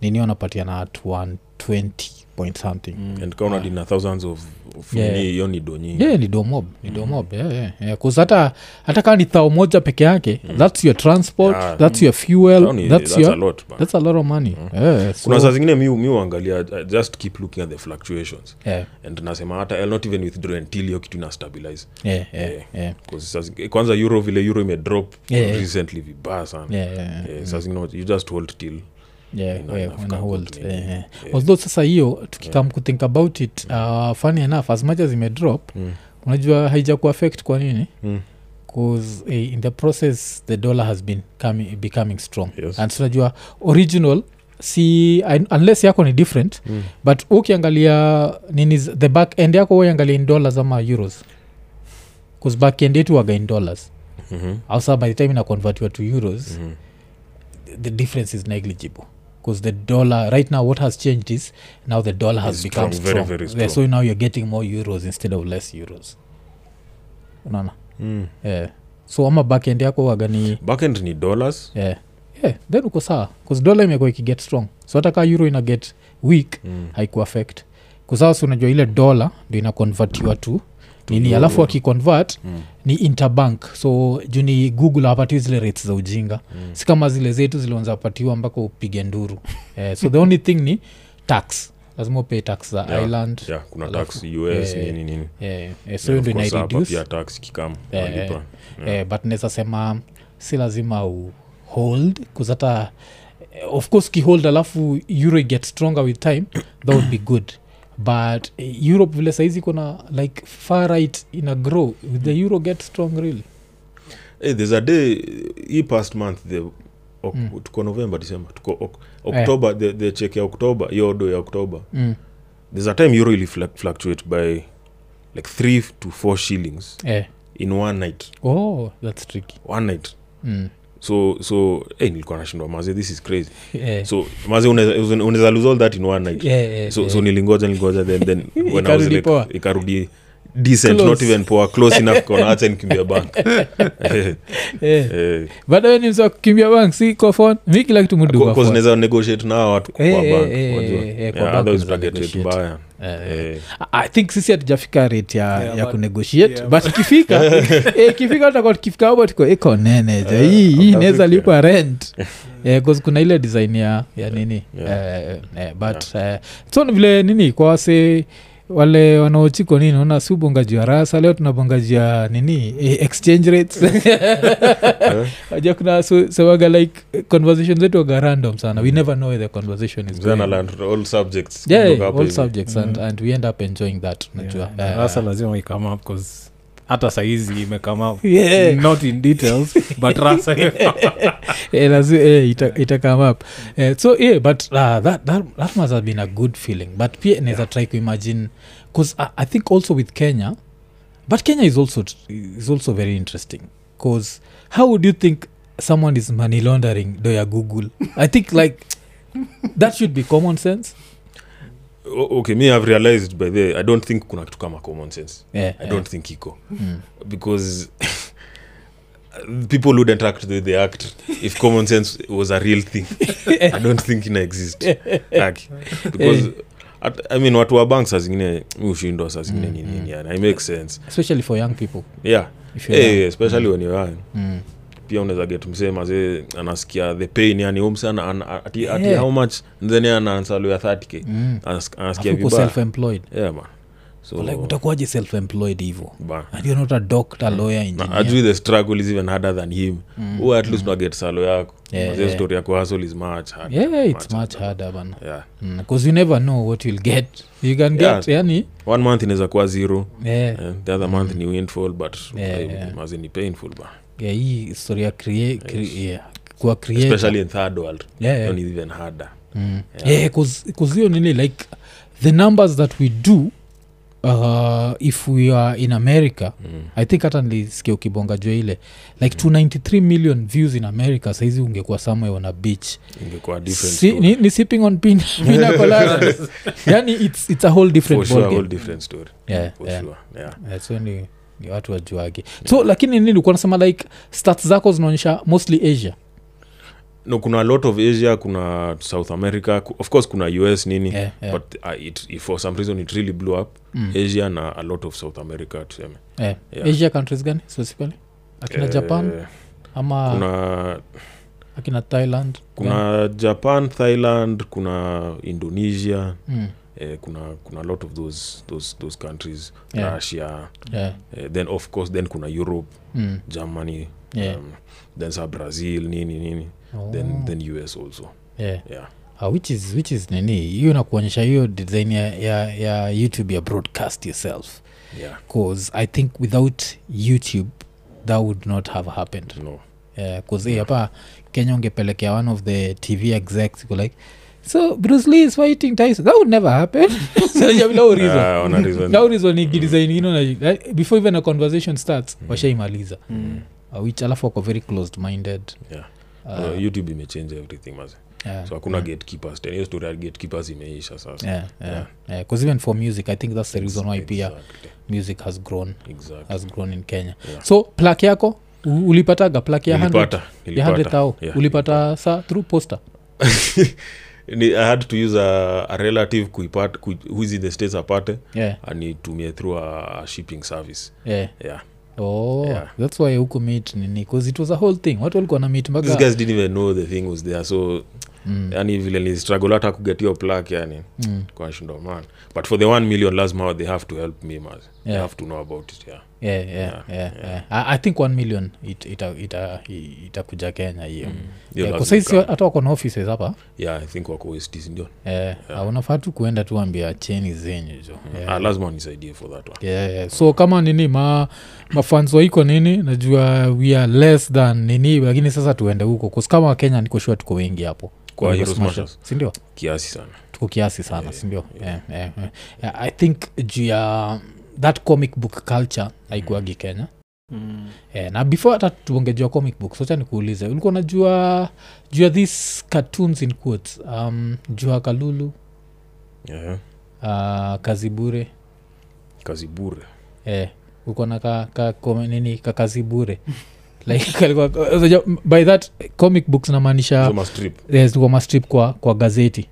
Speaker 1: nini wanapatiana at 120 point something mm.
Speaker 3: and kauna dina thousands of of
Speaker 1: Yeah.
Speaker 3: nini, hiyo ni do nyingi
Speaker 1: yeah, ni domob ni domob yeah, yeah, yeah. 'Cause hata hata kaa ni thao moja peke yake mm. thats your transport
Speaker 3: Yeah.
Speaker 1: yeah. thats your fuel
Speaker 3: Sawa ni-
Speaker 1: that's,
Speaker 3: that's
Speaker 1: your
Speaker 3: a lot, man.
Speaker 1: that's a lot of money mm. yeah, so,
Speaker 3: kuna saa zingine mi mi huangalia I just keep looking at the fluctuations
Speaker 1: yeah,
Speaker 3: and nasema hata I'll not even withdraw until hiyo kitu ina stabilize
Speaker 1: yeah, yeah,
Speaker 3: Yeah.
Speaker 1: yeah, yeah,
Speaker 3: 'Cause saa zingi- kwanza euro vile euro imedrop
Speaker 1: Yeah, yeah.
Speaker 3: recently vibaya sana
Speaker 1: yeah,
Speaker 3: Eh, saa zingine you just hold till
Speaker 1: yeah,
Speaker 3: ina-
Speaker 1: yeah,
Speaker 3: inafika
Speaker 1: wana
Speaker 3: hapo
Speaker 1: hold,
Speaker 3: tu
Speaker 1: eh,
Speaker 3: nini.
Speaker 1: eh.
Speaker 3: Yeah.
Speaker 1: although sasa hiyo tukikam kuthink about it uh, funny enough as much as imedrop
Speaker 3: Mm.
Speaker 1: unajua haija kuaffect kwa nini
Speaker 3: Mm.
Speaker 1: bcause eh, in the process the dollar has been coming, becoming strong
Speaker 3: Yes.
Speaker 1: and tunajua original si un- unless yako ni different
Speaker 3: Mm.
Speaker 1: but ukiangalia nini z- the back end yako uiangalia in dollars ama euros bcause back end yetu waga in dollars
Speaker 3: Mhm,
Speaker 1: asa by the time inaconvertiwa to euros
Speaker 3: mhm.
Speaker 1: the difference is negligible because the dollar right now what has changed is now the dollar has
Speaker 3: It's
Speaker 1: become
Speaker 3: strong, very,
Speaker 1: strong.
Speaker 3: very
Speaker 1: Yeah, so
Speaker 3: strong.
Speaker 1: now you're getting more euros instead of less euros unaona
Speaker 3: Mm.
Speaker 1: yeah. so ama backend yako wagani
Speaker 3: backend ni dollars
Speaker 1: yeah. yeah. then uko sawa bcause dollar imekuwa ikiget strong so hata ka euro ina get weak
Speaker 3: Mm.
Speaker 1: haikuaffect kusasa unajua ile dola ndo inakonvertiwa tu nini
Speaker 3: euro.
Speaker 1: alafu akiconvert
Speaker 3: Mm.
Speaker 1: ni interbank so juni google hawapatiwi zile rates za ujinga mm. si kama zile zetu zilianza apatiwa mpaka upige nduru eh, so the only thing ni tax lazima upay tax za
Speaker 3: Yeah,
Speaker 1: island
Speaker 3: yeah, kuna
Speaker 1: Alafu-
Speaker 3: tax us
Speaker 1: Yeah,
Speaker 3: nini nini
Speaker 1: Eh, eh, so
Speaker 3: Yeah,
Speaker 1: hiyo ndo
Speaker 3: of course, hapa
Speaker 1: inaireduce
Speaker 3: pia tax kikam
Speaker 1: Eh,
Speaker 3: walipa. Yeah.
Speaker 1: eh, but naweza sema si lazima u hold kuzata of course kihold alafu euro get stronger with time that would be good but eh, europe vile saizi kuna like far right ina grow Will the euro get strong really
Speaker 3: hey, there's a day eh, hii past month the ok,
Speaker 1: Mm.
Speaker 3: tuko november december tuko ok,
Speaker 1: Eh.
Speaker 3: october the, the check ya october hiyo odo ya october
Speaker 1: mm.
Speaker 3: there's a time euro ili fluc- fluctuate by like three to four shillings
Speaker 1: eh.
Speaker 3: in one night
Speaker 1: oh that's tricky
Speaker 3: one night
Speaker 1: mm.
Speaker 3: so so hey, nilikuwa nashindwa maze this is crazy
Speaker 1: eh.
Speaker 3: so maze unaweza unaweza lose all that in one night
Speaker 1: yeah, yeah,
Speaker 3: so,
Speaker 1: yeah.
Speaker 3: so nilingoja nilingoja then, then when I was
Speaker 1: Ikarudi
Speaker 3: like,
Speaker 1: poa.
Speaker 3: ikarudi decent
Speaker 1: Close.
Speaker 3: not even poor close enough kona acha nikimbia bank
Speaker 1: eh.
Speaker 3: Eh,
Speaker 1: badawe ni msa kukimbia bank si kofon mi kila kitu mudu kwa
Speaker 3: co- cause
Speaker 1: phone.
Speaker 3: naweza negotiate na hawa watu kwa
Speaker 1: Eh, eh,
Speaker 3: bank
Speaker 1: eh,
Speaker 3: wajua.
Speaker 1: eh, eh, kwa
Speaker 3: Yeah,
Speaker 1: bank
Speaker 3: otherwise
Speaker 1: unaweza
Speaker 3: target rate
Speaker 1: negotiate.
Speaker 3: mbaya.
Speaker 1: Eh,
Speaker 3: Eh,
Speaker 1: I I think sisi hatujafika rate ya,
Speaker 2: Yeah,
Speaker 1: ya
Speaker 2: but-
Speaker 1: kunegotiate
Speaker 2: yeah,
Speaker 1: but ikifika eh, ikifika tutakuwa tukifika hapo tuko iko nene ja hii hii inaweza lipa rent Eh, 'cause kuna ile design ya, ya nini Eh, eh, but eh, so ni vile nini kwa wase wale wanaochiko nini naona si ubongajia rasa leo tunabongajia nini eh, exchange rates Wajua kuna so- semaga like conversation zetu waga random sana we never know where the conversation is
Speaker 3: mzee
Speaker 1: going.
Speaker 3: analand all subjects
Speaker 1: eh. Yeah,
Speaker 3: kutoka hapa
Speaker 1: all
Speaker 3: hivi.
Speaker 1: subjects and,
Speaker 2: Mm.
Speaker 1: and we end up enjoying that unajua
Speaker 2: Yeah.
Speaker 1: Eh,
Speaker 2: rasa lazima ikame up 'cause hata saizi imekame up
Speaker 1: Yeah.
Speaker 2: not in details but rasa Mm,
Speaker 1: Eh, lazi- eh, ita- ita come up Eh, so yeah but uh, that, that, that must have been a good feeling but pia naweza try kuimagine bcause I, i think also with kenya but kenya is also tr- is also very interesting bcause how would you think someone is money laundering do ya google i think like that should be common sense
Speaker 3: O- okay me i've realized by the way, i don't think kuna kitu kama common sense
Speaker 1: yeah,
Speaker 3: i don't think iko
Speaker 1: Mm.
Speaker 3: because people wouldn't act the way they act if common sense was a real thing i don't think ina exist Aki. because at, i mean watu wa bank saa zingine mi ushindwa saa zingine
Speaker 1: Mm,
Speaker 3: ni
Speaker 1: mm.
Speaker 3: nini yani it makes sense
Speaker 1: especially for young people
Speaker 3: yeah
Speaker 1: if you're
Speaker 3: hey,
Speaker 1: young.
Speaker 3: especially when you're young.
Speaker 1: Mm.
Speaker 3: pia unaweza get msema ze anasikia the pain yani umsana an, ati, ati
Speaker 1: Yeah.
Speaker 3: how much then anaansalu ya 30k
Speaker 1: Mm.
Speaker 3: Anas- anasikia
Speaker 1: Alafu uko
Speaker 3: vibaya
Speaker 1: self-employed
Speaker 3: yeah man so
Speaker 1: like utakuwaje self-employed hivo
Speaker 3: ba
Speaker 1: and you're not a doctor lawyer
Speaker 3: Mm. Na
Speaker 1: engineer
Speaker 3: ajui the struggle is even harder than him
Speaker 1: Mm.
Speaker 3: huwa at least unaget salo yako
Speaker 1: Yeah,
Speaker 3: Mazee
Speaker 1: yeah.
Speaker 3: story ya kuhustle is much harder,
Speaker 1: yeah, it's
Speaker 3: much
Speaker 1: much
Speaker 3: harder.
Speaker 1: harder bana
Speaker 3: Yeah.
Speaker 1: because you never know what you'll get you can
Speaker 3: Yeah.
Speaker 1: get yani
Speaker 3: one month inaweza kuwa zero
Speaker 1: yeah,
Speaker 3: eh, the other month ni windfall but
Speaker 1: Yeah,
Speaker 3: I-
Speaker 1: yeah.
Speaker 3: mazee ni painful ba
Speaker 1: yeah, hii story ya crea- cre- yeah, kuwa creator.
Speaker 3: especially in third world
Speaker 1: Yeah, yeah.
Speaker 3: yeah. even harder
Speaker 1: Mm. yeah because hiyo nini like the numbers that we do uh, if we are in america
Speaker 3: Mm.
Speaker 1: i think hata nilisikia ukibonga jua ile like 293 million views in america saizi ungekuwa somewhere on a beach
Speaker 3: ingekuwa different
Speaker 1: si,
Speaker 3: story.
Speaker 1: ni, ni sipping on pina, pina colada yani it's, it's a whole different
Speaker 3: for sure
Speaker 1: ballgame.
Speaker 3: whole different story
Speaker 1: Yeah,
Speaker 3: for
Speaker 1: yeah.
Speaker 3: sure yeah
Speaker 1: Yeah, so ni, ni watu wajuage so lakini nini ulikuwa nasema like stats zako zinaonyesha mostly asia
Speaker 3: no kuna a lot of asia kuna south america ku- of course kuna us nini
Speaker 1: yeah, yeah,
Speaker 3: but uh, it, if for some reason it really blew up
Speaker 1: mm.
Speaker 3: asia na a lot of south america tuseme
Speaker 1: yeah.
Speaker 3: yeah.
Speaker 1: asia countries gani specifically akina
Speaker 3: Eh,
Speaker 1: japan Ah. ama
Speaker 3: kuna
Speaker 1: akina thailand gani?
Speaker 3: kuna japan thailand kuna indonesia
Speaker 1: Mm,
Speaker 3: eh, kuna kuna a lot of those, those, those countries
Speaker 1: Yeah.
Speaker 3: russia
Speaker 1: yeah,
Speaker 3: eh, then of course then kuna europe
Speaker 1: mm,
Speaker 3: germany
Speaker 1: yeah.
Speaker 3: um, then sa brazil nini nini
Speaker 1: Oh,
Speaker 3: Um, then, then us also
Speaker 1: yeah.
Speaker 3: yeah
Speaker 1: Ah, which is which is nini hiyo inakuonyesha hiyo design ya, ya, ya youtube ya broadcast yourself
Speaker 3: yeah
Speaker 1: bcause i think without youtube that would not have happened
Speaker 3: no
Speaker 1: bcause yeah, eh, hapa kenya ungepelekea one of the tv execs iko like so bruce lee is fighting tyson that would never happen so yeah, no reason
Speaker 3: Ah, on a reason.
Speaker 1: no reason ikidesign you know, like, eh, before even a conversation starts washaimaliza
Speaker 2: Mm.
Speaker 1: uh, which alafu wako very closed minded
Speaker 3: Yeah.
Speaker 1: uh,
Speaker 3: No, youtube imechange everything maze
Speaker 1: yeah.
Speaker 3: so hakuna gatekeepers tena hiyo story ya gatekeepers imeisha sasa
Speaker 1: yeah, yeah,
Speaker 3: Yeah.
Speaker 1: yeah. 'Cause even for music i think that's the reason why pia
Speaker 3: Exactly,
Speaker 1: music has grown
Speaker 3: exactly.
Speaker 1: has grown in kenya
Speaker 3: Yeah.
Speaker 1: so plak yako u- ulipataga plak ya 100
Speaker 3: Nilipata,
Speaker 1: ya 100
Speaker 3: nilipata.
Speaker 1: thao
Speaker 3: Yeah,
Speaker 1: ulipata sa through poster
Speaker 3: Ni- i had to use a, a relative kuipata kui, who is in the states apate
Speaker 1: yeah,
Speaker 3: anitumie through a, a shipping service
Speaker 1: yeah.
Speaker 3: yeah
Speaker 1: Oh,
Speaker 3: Yeah.
Speaker 1: that's why huku meet nini bcause it was a whole thing watu walikuwa na meet
Speaker 3: these
Speaker 1: mpaka
Speaker 3: guys didn't even know the thing was there so
Speaker 1: Mm,
Speaker 3: yani vile nilistruggle hata kuget hiyo plak yani
Speaker 1: mm.
Speaker 3: kwashindo man but for the one million lazima they have to help me mas they
Speaker 1: Yeah.
Speaker 3: have to know about it yeah
Speaker 1: Yeah, yeah,
Speaker 3: Yeah,
Speaker 1: yeah, yeah. I, i think 1 million it- ita- ita- i- itakuja kenya hiyo
Speaker 3: Mm. Hiyo
Speaker 1: yeah,
Speaker 3: lazima
Speaker 1: kusaisi
Speaker 3: ikam-
Speaker 1: hata wako na offices hapa
Speaker 3: yeah i think wako west East, ndio
Speaker 1: eh, yeah. unafaa tu kuenda tu ambia cheni zenyu jo yeah.
Speaker 3: ah, lazima nisaidie for that one
Speaker 1: Yeah, yeah. so kama nini ma mafans waiko nini najua we are less than nini lakini sasa tuende huko 'Cause kama wakenya niko sure tuko wengi hapo
Speaker 3: Kwa
Speaker 1: Kuliko
Speaker 3: Hero
Speaker 1: Smashers.
Speaker 3: Smashers.
Speaker 1: sindio
Speaker 3: kiasi sana
Speaker 1: tuko kiasi sana sindio yeah, yeah, yeah. Yeah, i think juu ya that comic book culture haikuagi kenya
Speaker 2: Mm.
Speaker 1: yeah, na before hata tuonge juu ya comic book socha nikuulize ulikuwa unajua juu ya these cartoons in quotes um, juu ya kalulu
Speaker 3: yeah.
Speaker 1: uh, kazibure
Speaker 3: kazi bure
Speaker 1: eh, ulikuwa na ka, ka, kome- nini kakazi bure like kalikuwa- unajua, m- by that comic books namaanisha
Speaker 3: Soma strip
Speaker 1: eh, zilikuwa mastrip kwa, kwa gazeti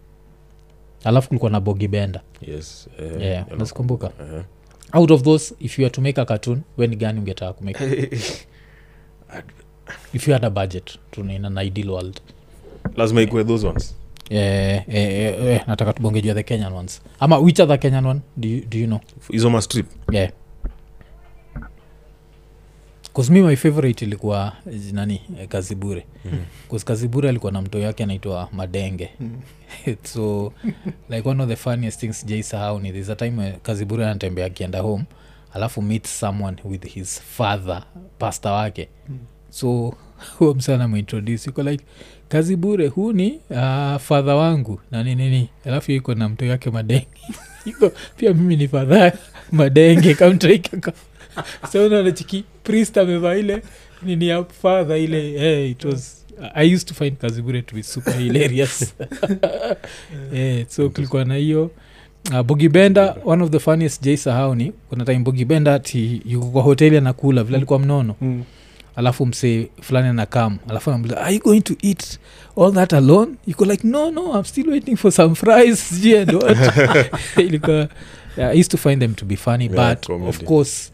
Speaker 1: alafu kulikuwa na bogi benda
Speaker 3: yes eh,
Speaker 1: yeah,
Speaker 3: you know.
Speaker 1: unazikumbuka
Speaker 3: Eh.
Speaker 1: out of those if you are to make a cartoon weni gani ungetaka kumake if you had a budget tunaina na ideal world
Speaker 3: lazima ikue those ones
Speaker 1: eh, eh, eh, eh, nataka tubongejua the kenyan ones ama which other kenyan one do you, do you know
Speaker 3: hizo mastrip
Speaker 1: yeah Cause mi my favorite ilikuwa eh, nani eh, kazibure
Speaker 3: Mhm.
Speaker 1: bcause kazibure alikuwa na mto yake anaitwa madenge
Speaker 2: Mm.
Speaker 1: so like one of the funniest things jaisahau ni there's a time eh, kazibure anatembea akienda home alafu meet someone with his father pasta wake
Speaker 2: Mm.
Speaker 1: so huo msana mwintroduce iko like kazibure huu ni uh, fadha wangu na ninini alafu iko na mto yake madenge iko pia mimi ni fadha madenge kamtaikaka sauna nachiki priest amevaa ile nini ya fadha ile eh, it was i used to find kazibure to be super hilarious eh, so kulikuwa na hiyo Uh, bogibenda one of the funniest jay sahauni kuna time bogibenda ti yuko kwa hoteli anakula vile alikuwa mnono
Speaker 2: Mm.
Speaker 1: alafu msee fulani anakam alafu anamuliza are you going to eat all that alone iko like no no i'm still waiting for some fries sijui and what." ilikuwa yeah, i used to find them to be funny
Speaker 3: Yeah,
Speaker 1: but
Speaker 3: comedy.
Speaker 1: of course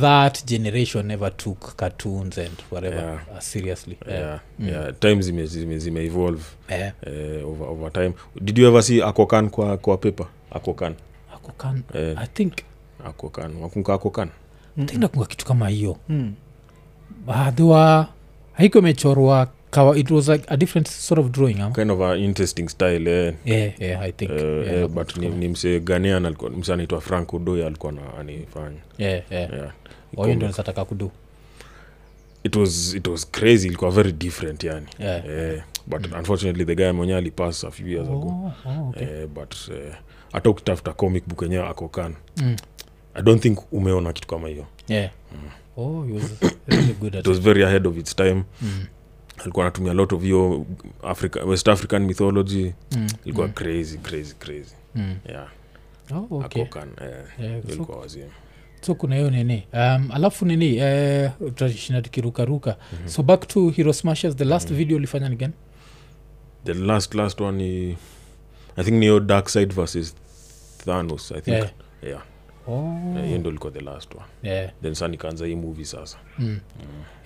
Speaker 1: that generation never took cartoons and whatever
Speaker 3: Yeah.
Speaker 1: uh, seriously
Speaker 3: yeah. Yeah.
Speaker 1: Mm.
Speaker 3: time zime, zime, zime evolve
Speaker 1: Eh,
Speaker 3: eh, over, over time did you ever see akokan kwa, kwa paper akokan
Speaker 1: ako kan-
Speaker 3: eh,
Speaker 1: i think
Speaker 3: akokan wakunka akokan
Speaker 1: I think nakunga kitu kama hiyo
Speaker 2: Mm.
Speaker 1: Ah, there were- haiko imechorwa kawa it was like a different sort of drawing ama
Speaker 3: kind of a interesting style eh.
Speaker 1: yeah, yeah, i think
Speaker 3: Eh,
Speaker 1: yeah,
Speaker 3: eh,
Speaker 1: no,
Speaker 3: but
Speaker 1: of
Speaker 3: ni,
Speaker 1: course.
Speaker 3: ni msee ganian alikuwa msee anaitwa frank udoy alikuwa na anifanya
Speaker 1: yeah, yeah.
Speaker 3: yeah.
Speaker 1: Kwa Oh, hiyo ndio nataka kudu
Speaker 3: it was it was crazy ilikuwa very different yani
Speaker 1: yeah.
Speaker 3: eh, but unfortunately the guy mwenyewe alipass a few years ago
Speaker 1: Mm. Oh, oh, okay.
Speaker 3: eh, but eh, hata ukitafuta comic book yenyewe akokan
Speaker 1: Mm.
Speaker 3: i don't think umeona kitu kama hiyo
Speaker 1: Yeah. Oh, he was really good at
Speaker 3: it was very ahead of its time
Speaker 1: Mm,
Speaker 3: alikuwa anatumia a lot of hiyo Africa, west african mythology
Speaker 1: mm,
Speaker 3: ilikuwa
Speaker 1: mm,
Speaker 3: crazy crazy crazy
Speaker 1: mm.
Speaker 3: yeah
Speaker 1: Oh, okay.
Speaker 3: akokan eh,
Speaker 1: Yeah, so-
Speaker 3: ilikuwa wazima
Speaker 1: so kuna hiyo nini um, alafu nini eh, tutashinda tukirukaruka
Speaker 3: Mhm.
Speaker 1: mm-hmm. so back to hero smashes the last mm-hmm. video ulifanya ni gani
Speaker 3: the last last one i, I think niyo dark side versus thanos i think
Speaker 1: Yeah.
Speaker 3: yeah. Yeah.
Speaker 1: oh.
Speaker 3: Eh, hiyo ndo ilikuwa the last one
Speaker 1: yeah.
Speaker 3: then sa nikaanza hii movie sasa
Speaker 1: mm.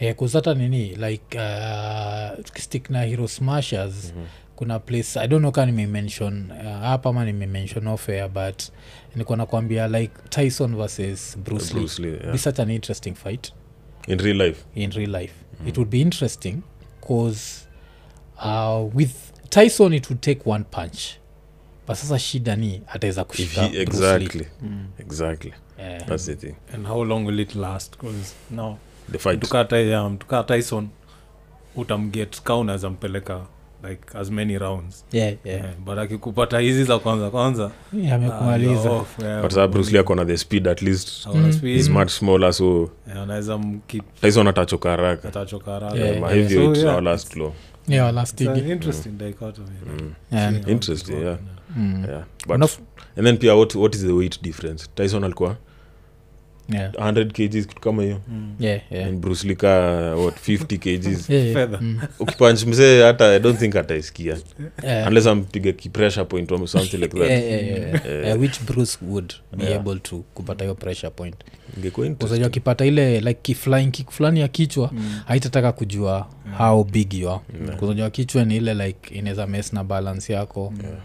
Speaker 1: yeah, kuzata nini like uh, tukistick na hero smashers
Speaker 3: Mhm.
Speaker 1: mm-hmm. kuna place i don't know kaa nimemention uh, hapa ama nimemention offair but nikuwa nakwambia like tyson versus bruce, bruce.
Speaker 3: Bruce Lee, yeah.
Speaker 1: Yeah. be such an interesting fight
Speaker 3: in real life
Speaker 1: in real life
Speaker 3: Mm-hmm.
Speaker 1: mm. it would be interesting because uh, with tyson it would take one punch but sasa shida ni ataweza
Speaker 3: If
Speaker 1: kushika
Speaker 3: he,
Speaker 1: Bruce
Speaker 3: exactly
Speaker 2: Mm.
Speaker 3: exactly
Speaker 1: Lee. Eh,
Speaker 3: that's the thing
Speaker 2: and how long will it last 'Cause now
Speaker 3: the fight
Speaker 2: mtukaa Ty- yeah, mtukaa tyson utamget kaunas ampeleka like as many rounds
Speaker 1: yeah, yeah.
Speaker 2: Eh, but akikupata hizi za kwanza kwanza Ah,
Speaker 1: Yeah,
Speaker 3: Ah,
Speaker 1: amekumaliza
Speaker 2: eh,
Speaker 3: but saa bruce lee akona the speed at least
Speaker 1: Mm.
Speaker 3: is much smaller so
Speaker 2: anaweza mkip
Speaker 3: tyson atachoka haraka
Speaker 2: atachoka
Speaker 1: Yeah,
Speaker 3: yeah,
Speaker 1: yeah.
Speaker 3: hivyo
Speaker 2: So,
Speaker 3: it's
Speaker 2: yeah,
Speaker 3: our last law
Speaker 1: yeah, wa last league.
Speaker 2: yeah.
Speaker 1: Yeah.
Speaker 3: Interesting, Mm. yeah.
Speaker 1: Mm.
Speaker 3: yeah. but
Speaker 1: Unaf-
Speaker 3: and then pia what, what is the weight difference tyson alikuwa
Speaker 1: yeah.
Speaker 3: 100 kgs kitu kama hiyo
Speaker 1: Yeah, yeah.
Speaker 3: and bruce lee ka what 50 kgs
Speaker 1: Yeah, yeah.
Speaker 2: Feather.
Speaker 1: Mm.
Speaker 3: ukipanch mzee hata i don't think ataisikia
Speaker 1: Yeah.
Speaker 3: unless ampige kipressure point or something like that
Speaker 1: Yeah, yeah, yeah.
Speaker 3: Eh.
Speaker 1: Yeah, which bruce would be
Speaker 3: Yeah.
Speaker 1: able to kupata hiyo pressure point kusajua
Speaker 3: ingekuwa interesting
Speaker 1: akipata ile like kiflying kick fulani ya kichwa haitataka kujua mm. how big you are
Speaker 3: Yeah.
Speaker 1: kuzajua kichwa ni ile like inaweza mes na balance yako
Speaker 2: Yeah.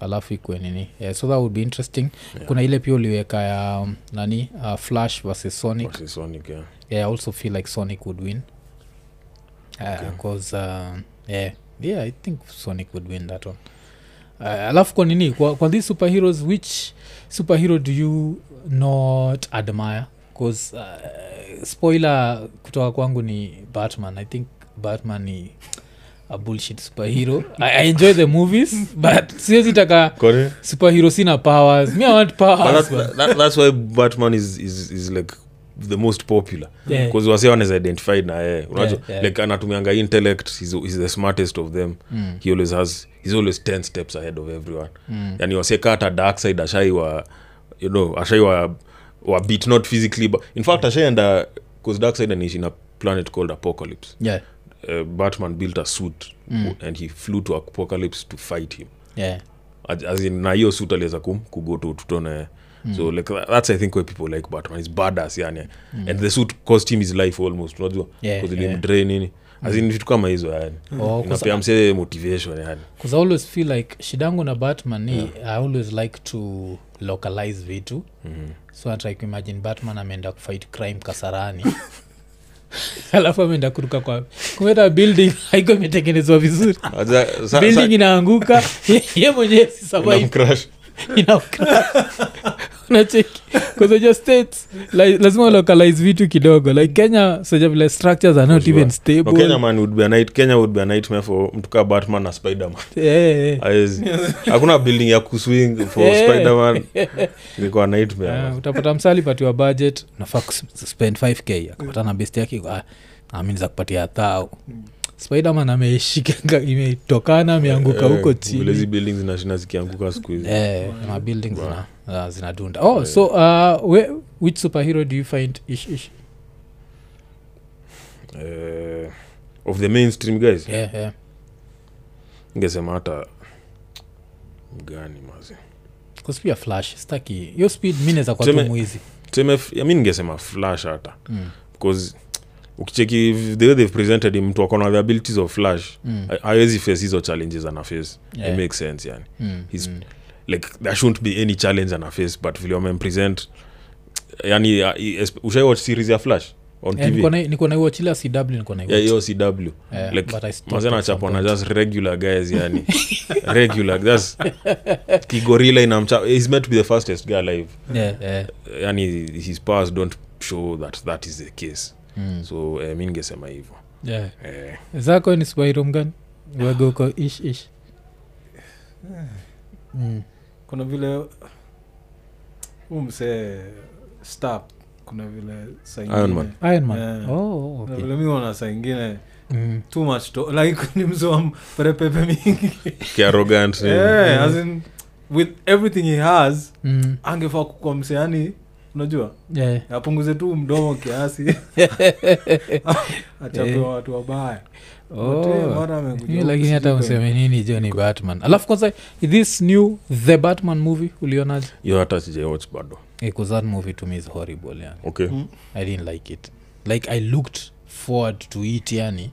Speaker 1: alafu ikue nini yeah, so that would be interesting
Speaker 3: Yeah.
Speaker 1: kuna ile pia uliweka ya um, nani uh, flash versus sonic
Speaker 3: Versus Sonic, yeah.
Speaker 1: yeah, i also feel like sonic would win because uh, 'cause, um, yeah, yeah i think sonic would win that one uh, alafu kwa nini kwa, kwa these superheroes which superhero do you not admire bcause uh, spoiler kutoka kwangu ni batman i think batman ni a bullshit superhero I, i enjoy the movies but siwezi taka
Speaker 3: Kore?
Speaker 1: superhero sina powers me i want
Speaker 3: But
Speaker 1: powers
Speaker 3: that's, that, that's why batman is, is, is like the most popular
Speaker 1: Yeah.
Speaker 3: bcause wasi wanaweza identified na yeye unajua
Speaker 1: Yeah, yeah.
Speaker 3: like anatumianga intellect he's, he's the smartest of them
Speaker 1: Mm.
Speaker 3: he always has he's always 10 steps ahead of everyone
Speaker 1: Mm.
Speaker 3: yani waseka hata dark side ashaiwa you know ashaiwa wa beat not physically but in fact ashaienda bcause dark side anaishi na planet called apocalypse
Speaker 1: yeah
Speaker 3: uh, batman built a suit
Speaker 1: Mm.
Speaker 3: and he flew to apocalypse to fight him
Speaker 1: yeah
Speaker 3: As- as in, na hiyo suit aliweza kum kugota ututona yeye
Speaker 1: Hmm.
Speaker 3: so like tha- that's i think why people like batman is badass yani and the suit cost him his life almost unajua
Speaker 1: Hmm. Yeah,
Speaker 3: yeah,
Speaker 1: yeah. Hmm.
Speaker 3: nini as in vitu kama hizo yani
Speaker 1: Oh, 'cause
Speaker 3: inapea msee motivation yani
Speaker 1: Because I always feel like shidangu na batman ni yeah. i always like to localize vitu
Speaker 3: Hmm.
Speaker 1: mm-hmm. so atry kuimagine batman ameenda kufight crime kasarani alafu ameenda kuruka kwa kumeta building haiko imetengenezwa vizuri
Speaker 3: Aza- sa- sa-
Speaker 1: building inaanguka ye- ye mwenyewe si survive
Speaker 3: inamcrush.
Speaker 1: nacheki kuzaja states la- lazima localize vitu kidogo like kenya saja vile structures are not
Speaker 3: Sure.
Speaker 1: even
Speaker 3: No,
Speaker 1: stable
Speaker 3: Kenya man would be a night- Kenya would be a nightmare for mtu kaa batman na spiderman
Speaker 1: Eh, eh, eh.
Speaker 3: Hawezi. hakuna building ya kuswing for
Speaker 1: Yeah.
Speaker 3: spiderman ilikuwa nightmare
Speaker 1: Yeah,
Speaker 3: man.
Speaker 1: Eh, utapata msali patiwa budget unafaa kus- spend 5k akapata na best yake ah, nami niza kupatia thao spiderman ameishikanga imetokana ameanguka
Speaker 3: Eh,
Speaker 1: huko
Speaker 3: vile hizi
Speaker 1: chini
Speaker 3: buildings zinashinda zikianguka siku hizi
Speaker 1: Eh, mabuilding zina- ah, zinadunda oh so uh, we, which superhero do you find ish, ish?
Speaker 3: Eh, of the mainstream guys
Speaker 1: Yeah, yeah.
Speaker 3: ngesema hata gani mazi
Speaker 1: Because pia flash staki hiyo speed mi naweza kwa
Speaker 3: Tuseme-
Speaker 1: mwizi
Speaker 3: tuseme f- I mean ngesema flash hata
Speaker 1: Mm,
Speaker 3: because ukicheki the way they've presented him mtu akona the abilities of flash
Speaker 1: mm,
Speaker 3: ha- hawezi face hizo challenges ana face
Speaker 1: Yeah.
Speaker 3: it makes sense yani
Speaker 1: mm,
Speaker 3: He's-
Speaker 1: mm.
Speaker 3: like there shouldn't be any challenge ana face but vile wamempresent yani uh, he- esp- ushaiwatch series ya flash on
Speaker 1: Eh, niko
Speaker 3: tv
Speaker 1: na- niko naiwachila cw niko
Speaker 3: yeah,
Speaker 1: naiwachila
Speaker 3: hiyo cw
Speaker 1: Yeah,
Speaker 3: like
Speaker 1: but I stopped
Speaker 3: mazana
Speaker 1: at some
Speaker 3: achapwa na
Speaker 1: point.
Speaker 3: just regular guys yani regular that's kigorila inamcha he's meant to be the fastest guy alive
Speaker 1: yeah, yeah.
Speaker 3: yani his powers don't show that that is the case
Speaker 1: Mm.
Speaker 3: so eh, mi ningesema hivyo
Speaker 1: yeah.
Speaker 3: eh,
Speaker 1: zako ni swahili mgani wage uko ish ish mm.
Speaker 2: kuna vile huu msee star kuna vile saa
Speaker 3: Iron
Speaker 2: ingine-
Speaker 3: Man.
Speaker 1: Iron Man.
Speaker 2: Yeah.
Speaker 1: Oh,
Speaker 2: kuna
Speaker 1: okay.
Speaker 2: vile mi ona saa ingine
Speaker 1: Mm.
Speaker 2: too much to, like ni mzua perepepe mingi
Speaker 3: kiarrogant
Speaker 2: yeah, as in, with everything he has
Speaker 1: Mm.
Speaker 2: angefaa kukua mseani unajua
Speaker 1: Yeah.
Speaker 2: apunguze tu mdomo kiasi
Speaker 1: Eh.
Speaker 2: achapewa watu wabaya Wote,
Speaker 1: Oh.
Speaker 2: mbona amekuja
Speaker 1: Hiyo
Speaker 2: huku
Speaker 1: lakini hata
Speaker 2: sijui
Speaker 1: useme nini jo ni batman alafu kwanza this new the batman movie ulionaje
Speaker 3: hiyo hata sijaiwatch bado
Speaker 1: because Eh, that movie to me is horrible yani.
Speaker 3: okay
Speaker 2: Mm.
Speaker 1: i didn't like it like i looked forward to it yani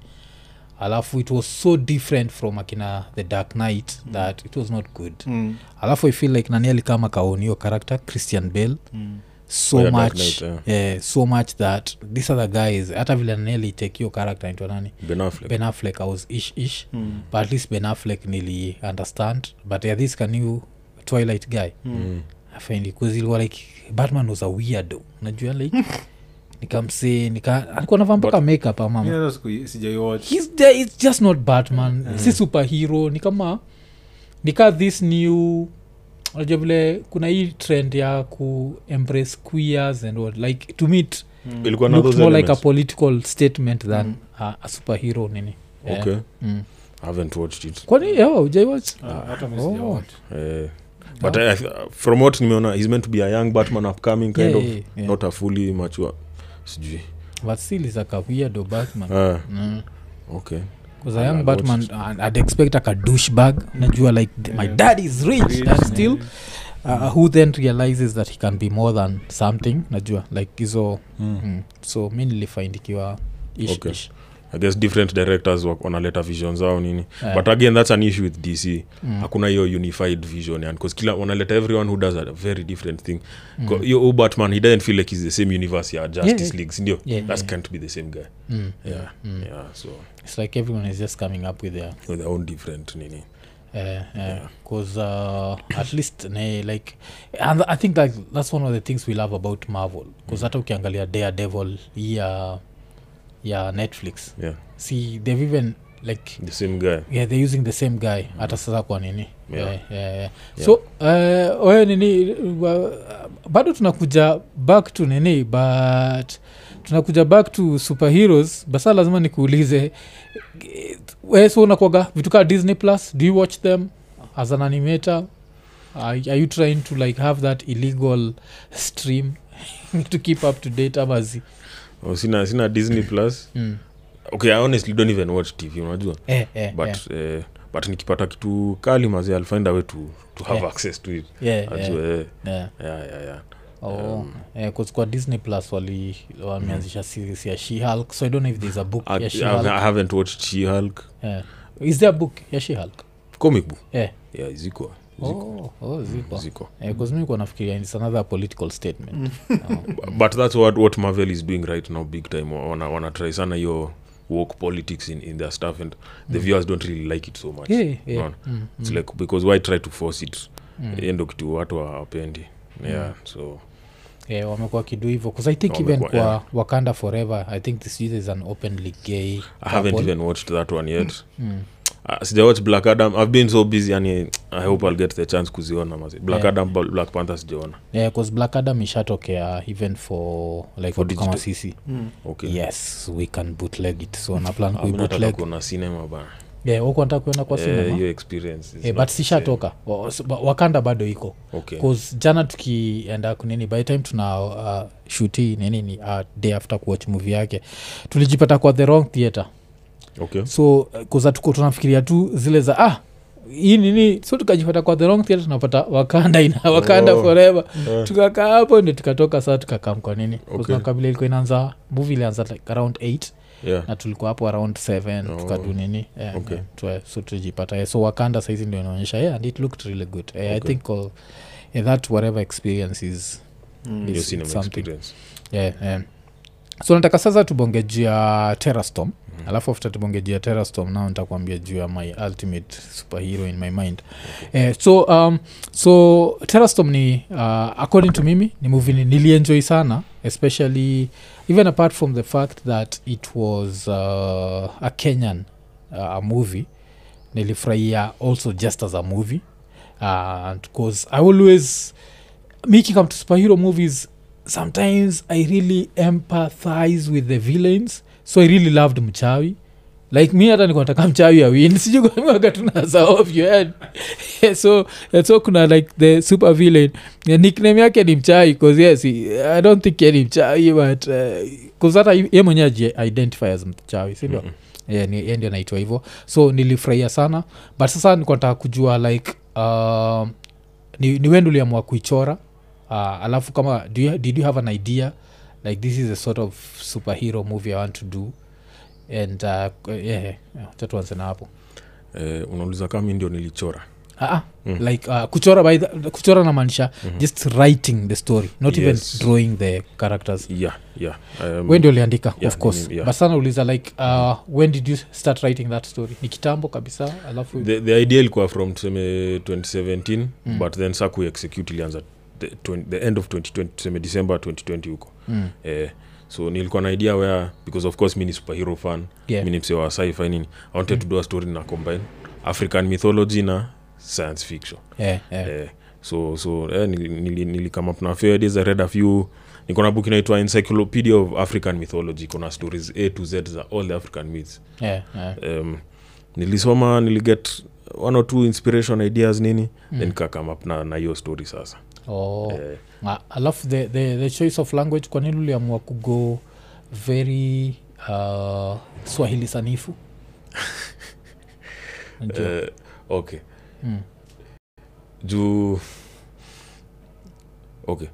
Speaker 1: alafu it was so different from akina the dark knight mm. that it was not good
Speaker 2: Mm,
Speaker 1: alafu i feel like nani alikaa makaonio character christian bale
Speaker 2: mm,
Speaker 1: so
Speaker 3: Oh, yeah, Dark
Speaker 1: much
Speaker 3: Knight,
Speaker 1: eh, so much that this other guy is hata vile nani aliitake hiyo character into nani
Speaker 3: Ben Affleck.
Speaker 1: ben affleck i was ish ish
Speaker 2: mm,
Speaker 1: but at least ben affleck nili understand but yeah, this can you twilight guy
Speaker 2: mm.
Speaker 3: Mm.
Speaker 1: I find it 'cause ilikuwa like batman was a weirdo najua like nikamsee nika alikuwa navaa mpaka makeup ah,
Speaker 2: Mi
Speaker 1: mama
Speaker 2: hata siku- sijaiwatch.
Speaker 1: He's there, it's just not batman si superhero ni kama ni kaa this new unajua vile kuna hii trend ya ku embrace queers and what like to me it
Speaker 2: Mm.
Speaker 3: ilikuwa na
Speaker 1: looked
Speaker 3: those
Speaker 1: more like a
Speaker 3: elements.
Speaker 1: political statement than a, a superhero nini Eh,
Speaker 3: okay
Speaker 1: mm.
Speaker 3: haven't watched it
Speaker 1: kwani yo ujaiwach
Speaker 2: Ah, hata mi
Speaker 1: Oh.
Speaker 2: sijawatch.
Speaker 3: Eh, but I, I- from what nimeona he's meant to be a young batman upcoming kind
Speaker 1: Yeah,
Speaker 3: of
Speaker 1: yeah, yeah.
Speaker 3: not a fully mature sijui
Speaker 1: but still is like a weirdo batman
Speaker 3: ah,
Speaker 1: mm.
Speaker 3: okay
Speaker 1: Because
Speaker 3: I-
Speaker 1: a
Speaker 3: I
Speaker 1: young batman
Speaker 3: watched.
Speaker 1: and I'd expect like a douchebag najua like th- my
Speaker 2: Yeah.
Speaker 1: dad is rich
Speaker 2: Rich,
Speaker 1: and still
Speaker 2: yeah.
Speaker 3: Mm-hmm.
Speaker 1: uh, who then realizes that he can be more than something najua like hizo mm. so mi nilifind ikiwa ish,
Speaker 3: Okay.
Speaker 1: ish.
Speaker 3: i guess different directors wa- wanaleta vision zao nini
Speaker 1: Eh,
Speaker 3: but again that's an issue with dc
Speaker 1: mm,
Speaker 3: hakuna hiyo unified vision yani because kila wanaleta everyone who does a very different thing
Speaker 1: mm,
Speaker 3: Co- hiyo mm. batman he doesn't feel like he's the same universe ya justice
Speaker 1: yeah.
Speaker 3: league sindio
Speaker 1: Yeah,
Speaker 3: that
Speaker 1: yeah.
Speaker 3: can't be the same guy
Speaker 1: mm,
Speaker 3: yeah.
Speaker 1: mm.
Speaker 3: yeah so
Speaker 1: it's like everyone is just coming up with their
Speaker 3: their own different nini Yeah.
Speaker 1: because uh, at least ne, like and i think like, that's one of the things we love about marvel
Speaker 3: Mm.
Speaker 1: because hata ukiangalia daredevil ya ya netflix
Speaker 3: yeah
Speaker 1: see they've even like
Speaker 3: the same guy
Speaker 1: yeah they're using the same guy hata sasa kwa nini
Speaker 3: Mm. Yeah.
Speaker 1: yeah, yeah, yeah. so uh, wewe nini wa- bado tunakuja back to nini but tunakuja back to superheroes basa lazima nikuulize eh, wewe so unakwaga vitu kaa disney plus do you watch them as an animator are, are you trying to like have that illegal stream to keep up to date amazi
Speaker 3: oh, sina, sina disney plus
Speaker 1: mm.
Speaker 3: okay i honestly don't even watch tv unajua
Speaker 1: eh, eh,
Speaker 3: but
Speaker 1: yeah.
Speaker 3: eh, but nikipata kitu kali maze i'll find a way to, to have
Speaker 1: Yeah.
Speaker 3: access to it
Speaker 1: Yeah, yeah,
Speaker 3: Ajua, eh,
Speaker 1: yeah.
Speaker 3: yeah, yeah, yeah.
Speaker 1: Oh,
Speaker 3: Um,
Speaker 1: eh, 'cause kwa disney plus wali- wameanzisha series ya shehulk so i don't know if there's a book
Speaker 3: I,
Speaker 1: ya
Speaker 3: I,
Speaker 1: shehulk
Speaker 3: I haven't watched shehulk
Speaker 1: yeah. is there a book ya shehulk
Speaker 3: comic book
Speaker 1: yeah.
Speaker 3: yeah ziko ziko
Speaker 1: oh, oh, zipo
Speaker 3: ziko
Speaker 1: bcause mi kuwa nafikiria it's another political statement
Speaker 3: Mm.
Speaker 1: oh.
Speaker 3: Bu- but that's what, what marvel is doing right now big time wana, wana try sana hiyo walk politics in, in their stuff and the viewers don't really like it so much
Speaker 1: Mm. yeah, yeah.
Speaker 3: Unaona?
Speaker 1: Mm,
Speaker 3: it's
Speaker 1: mm,
Speaker 3: like because why try to force it
Speaker 1: mm.
Speaker 3: hiyo ndo kitu watu wapendi yeah so
Speaker 1: yeah, wamekuwa kidu hivo bcause i think even
Speaker 3: Wamekuwa,
Speaker 1: kwa
Speaker 3: yeah.
Speaker 1: wakanda forever i think this youth is an openly gay
Speaker 3: i haven't
Speaker 1: couple.
Speaker 3: even watched that one yet
Speaker 1: Mm.
Speaker 3: uh, sijawatch black adam i've been so busy yani i hope i'll get the chance kuziona maze black
Speaker 1: Yeah.
Speaker 3: adam Bal- black panther sijaona
Speaker 1: yeah, 'cause black adam ishatokea even for like
Speaker 3: For
Speaker 1: watu kama
Speaker 3: digital.
Speaker 1: sisi
Speaker 2: Mm.
Speaker 3: okay
Speaker 1: yes we can bootleg it so naplan
Speaker 3: Ah, mimi nataka
Speaker 1: kuibootleg
Speaker 3: kuona cinema bana
Speaker 1: yeah, huku nataka kuenda kwa
Speaker 3: Eh,
Speaker 1: cinema
Speaker 3: hiyo experience
Speaker 1: Eh,
Speaker 3: is not
Speaker 1: but
Speaker 3: the same.
Speaker 1: sishatoka Wa- wa- ba- wakanda bado iko
Speaker 3: okay
Speaker 1: 'Cause jana tukienda kunini by the time tuna uh, shuti nini ni uh, day after kuwatch movie yake tulijipata kwa the wrong theatre
Speaker 3: okay
Speaker 1: so uh, 'cause hatuko tunafikiria tu zile za ah hii nini so tukajipata kwa the wrong theatre tunapata wakanda ina wakanda
Speaker 3: Oh.
Speaker 1: forever
Speaker 3: Eh.
Speaker 1: tukakaa hapo ndio tukatoka saa tukakam kwa nini
Speaker 3: Okay.
Speaker 1: kabila ilikuwa inaanza movie ilianza like around 8
Speaker 3: yeah
Speaker 1: na tulikuwa hapo around 7
Speaker 3: Oh.
Speaker 1: tukadu nini yeah,
Speaker 3: Okay.
Speaker 1: yeah, twa- so tulijipata yeah. so wakanda saizi ndio inaonyesha yeah, and it looked really good yeah, i
Speaker 3: Okay.
Speaker 1: think all, yeah, that whatever experience is,
Speaker 2: Mm.
Speaker 1: Yes.
Speaker 3: hiyo
Speaker 1: it's
Speaker 3: cinema
Speaker 1: something.
Speaker 3: experience
Speaker 1: yeah, yeah. so nataka sasa tubonge juu ya terastom mm. alafu after tubonge juu ya terastom nao nitakuambia juu ya my ultimate superhero in my mind eh, so um, so terastom ni uh, according to mimi ni movie ni- nilienjoy sana especially even apart from the fact that it was uh, a kenyan uh, a movie nilifurahia also just as a movie Uh, and because i always miki come to superhero movies sometimes i really empathize with the villains so i really loved mchawi like mi hata nikunataka mchawi awin sijuwagatunazao so eh, so kuna like the super villain Eh, nickname yake ni mchawi bcause yes he- i don't think yeye ni mchawi but uh, hata ye mwenyewe aji identify as mchawi sindio
Speaker 3: Mhm.
Speaker 1: yeah, ni- yeye ndio anaitwa hivyo so nilifurahia sana but sasa nikunataka kujua like um, ni, ni wendo uliamua kuichora uh, alafu kama do you, did you have an idea like this is a sort of superhero movie i want to do and uh, yeah, yeah, yeah, acha tuanze na hapo
Speaker 3: eh, unauliza kama mi ndio nilichora
Speaker 1: Ah, ah,
Speaker 3: Mm. Mm-hmm.
Speaker 1: like uh, kuchora by the, kuchora na maanisha just writing the story not
Speaker 3: Yes.
Speaker 1: even drawing the characters
Speaker 3: yeah, yeah. Um,
Speaker 1: we ndio uliandika
Speaker 3: yeah,
Speaker 1: of course
Speaker 3: mimi, yeah.
Speaker 1: but sana uliza like uh, when did you start writing that story ni kitambo kabisa alafu
Speaker 3: the, the idea ilikuwa from tuseme 2017 mm. but then sa kuexecute ilianza the, twen- the end of 2020 tuseme december 2020 huko
Speaker 1: mm,
Speaker 3: eh, so nilikuwa na idea where because of course mi ni superhero fan
Speaker 1: yeah.
Speaker 3: mi ni msee wa sci-fi nini i wanted to do a story na combine african mythology na science fiction
Speaker 1: yeah, yeah.
Speaker 3: eh, so so eh, nili- nili- nilikam up na few ideas i read a few niko na book inaitwa encyclopedia of african mythology kuna stories a to z za all the african myths
Speaker 1: yeah, yeah.
Speaker 3: um, nilisoma niliget one or two inspiration ideas nini mm. then kakam up na na hiyo story sasa
Speaker 1: Oh.
Speaker 3: eh,
Speaker 1: Ah, alafu the, the, the choice of language kwa nini uliamua kugo very uh, swahili sanifu Unajua.
Speaker 3: eh, okay
Speaker 1: Mm.
Speaker 3: juu okay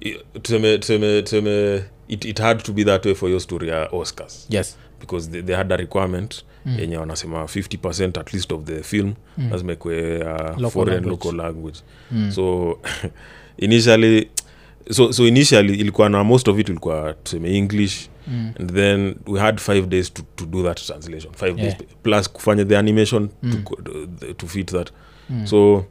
Speaker 3: I- tuseme tuseme tuseme it, it had to be that way for your story ya oscars
Speaker 1: yes
Speaker 3: because they, they had a requirement mm. yenye wanasema 50 at least of the film mm. lazima ikwe uh,
Speaker 1: Local
Speaker 3: foreign
Speaker 1: language.
Speaker 3: local language
Speaker 1: Mm.
Speaker 3: so initially so, so initially ilikuwa na most of it ilikuwa tuseme english
Speaker 1: Mm.
Speaker 3: and then we had five days to, to do that translation five
Speaker 1: Yeah.
Speaker 3: days plus kufanya the animation
Speaker 1: Mm.
Speaker 3: mm. to, co- to fit that
Speaker 1: Mm.
Speaker 3: so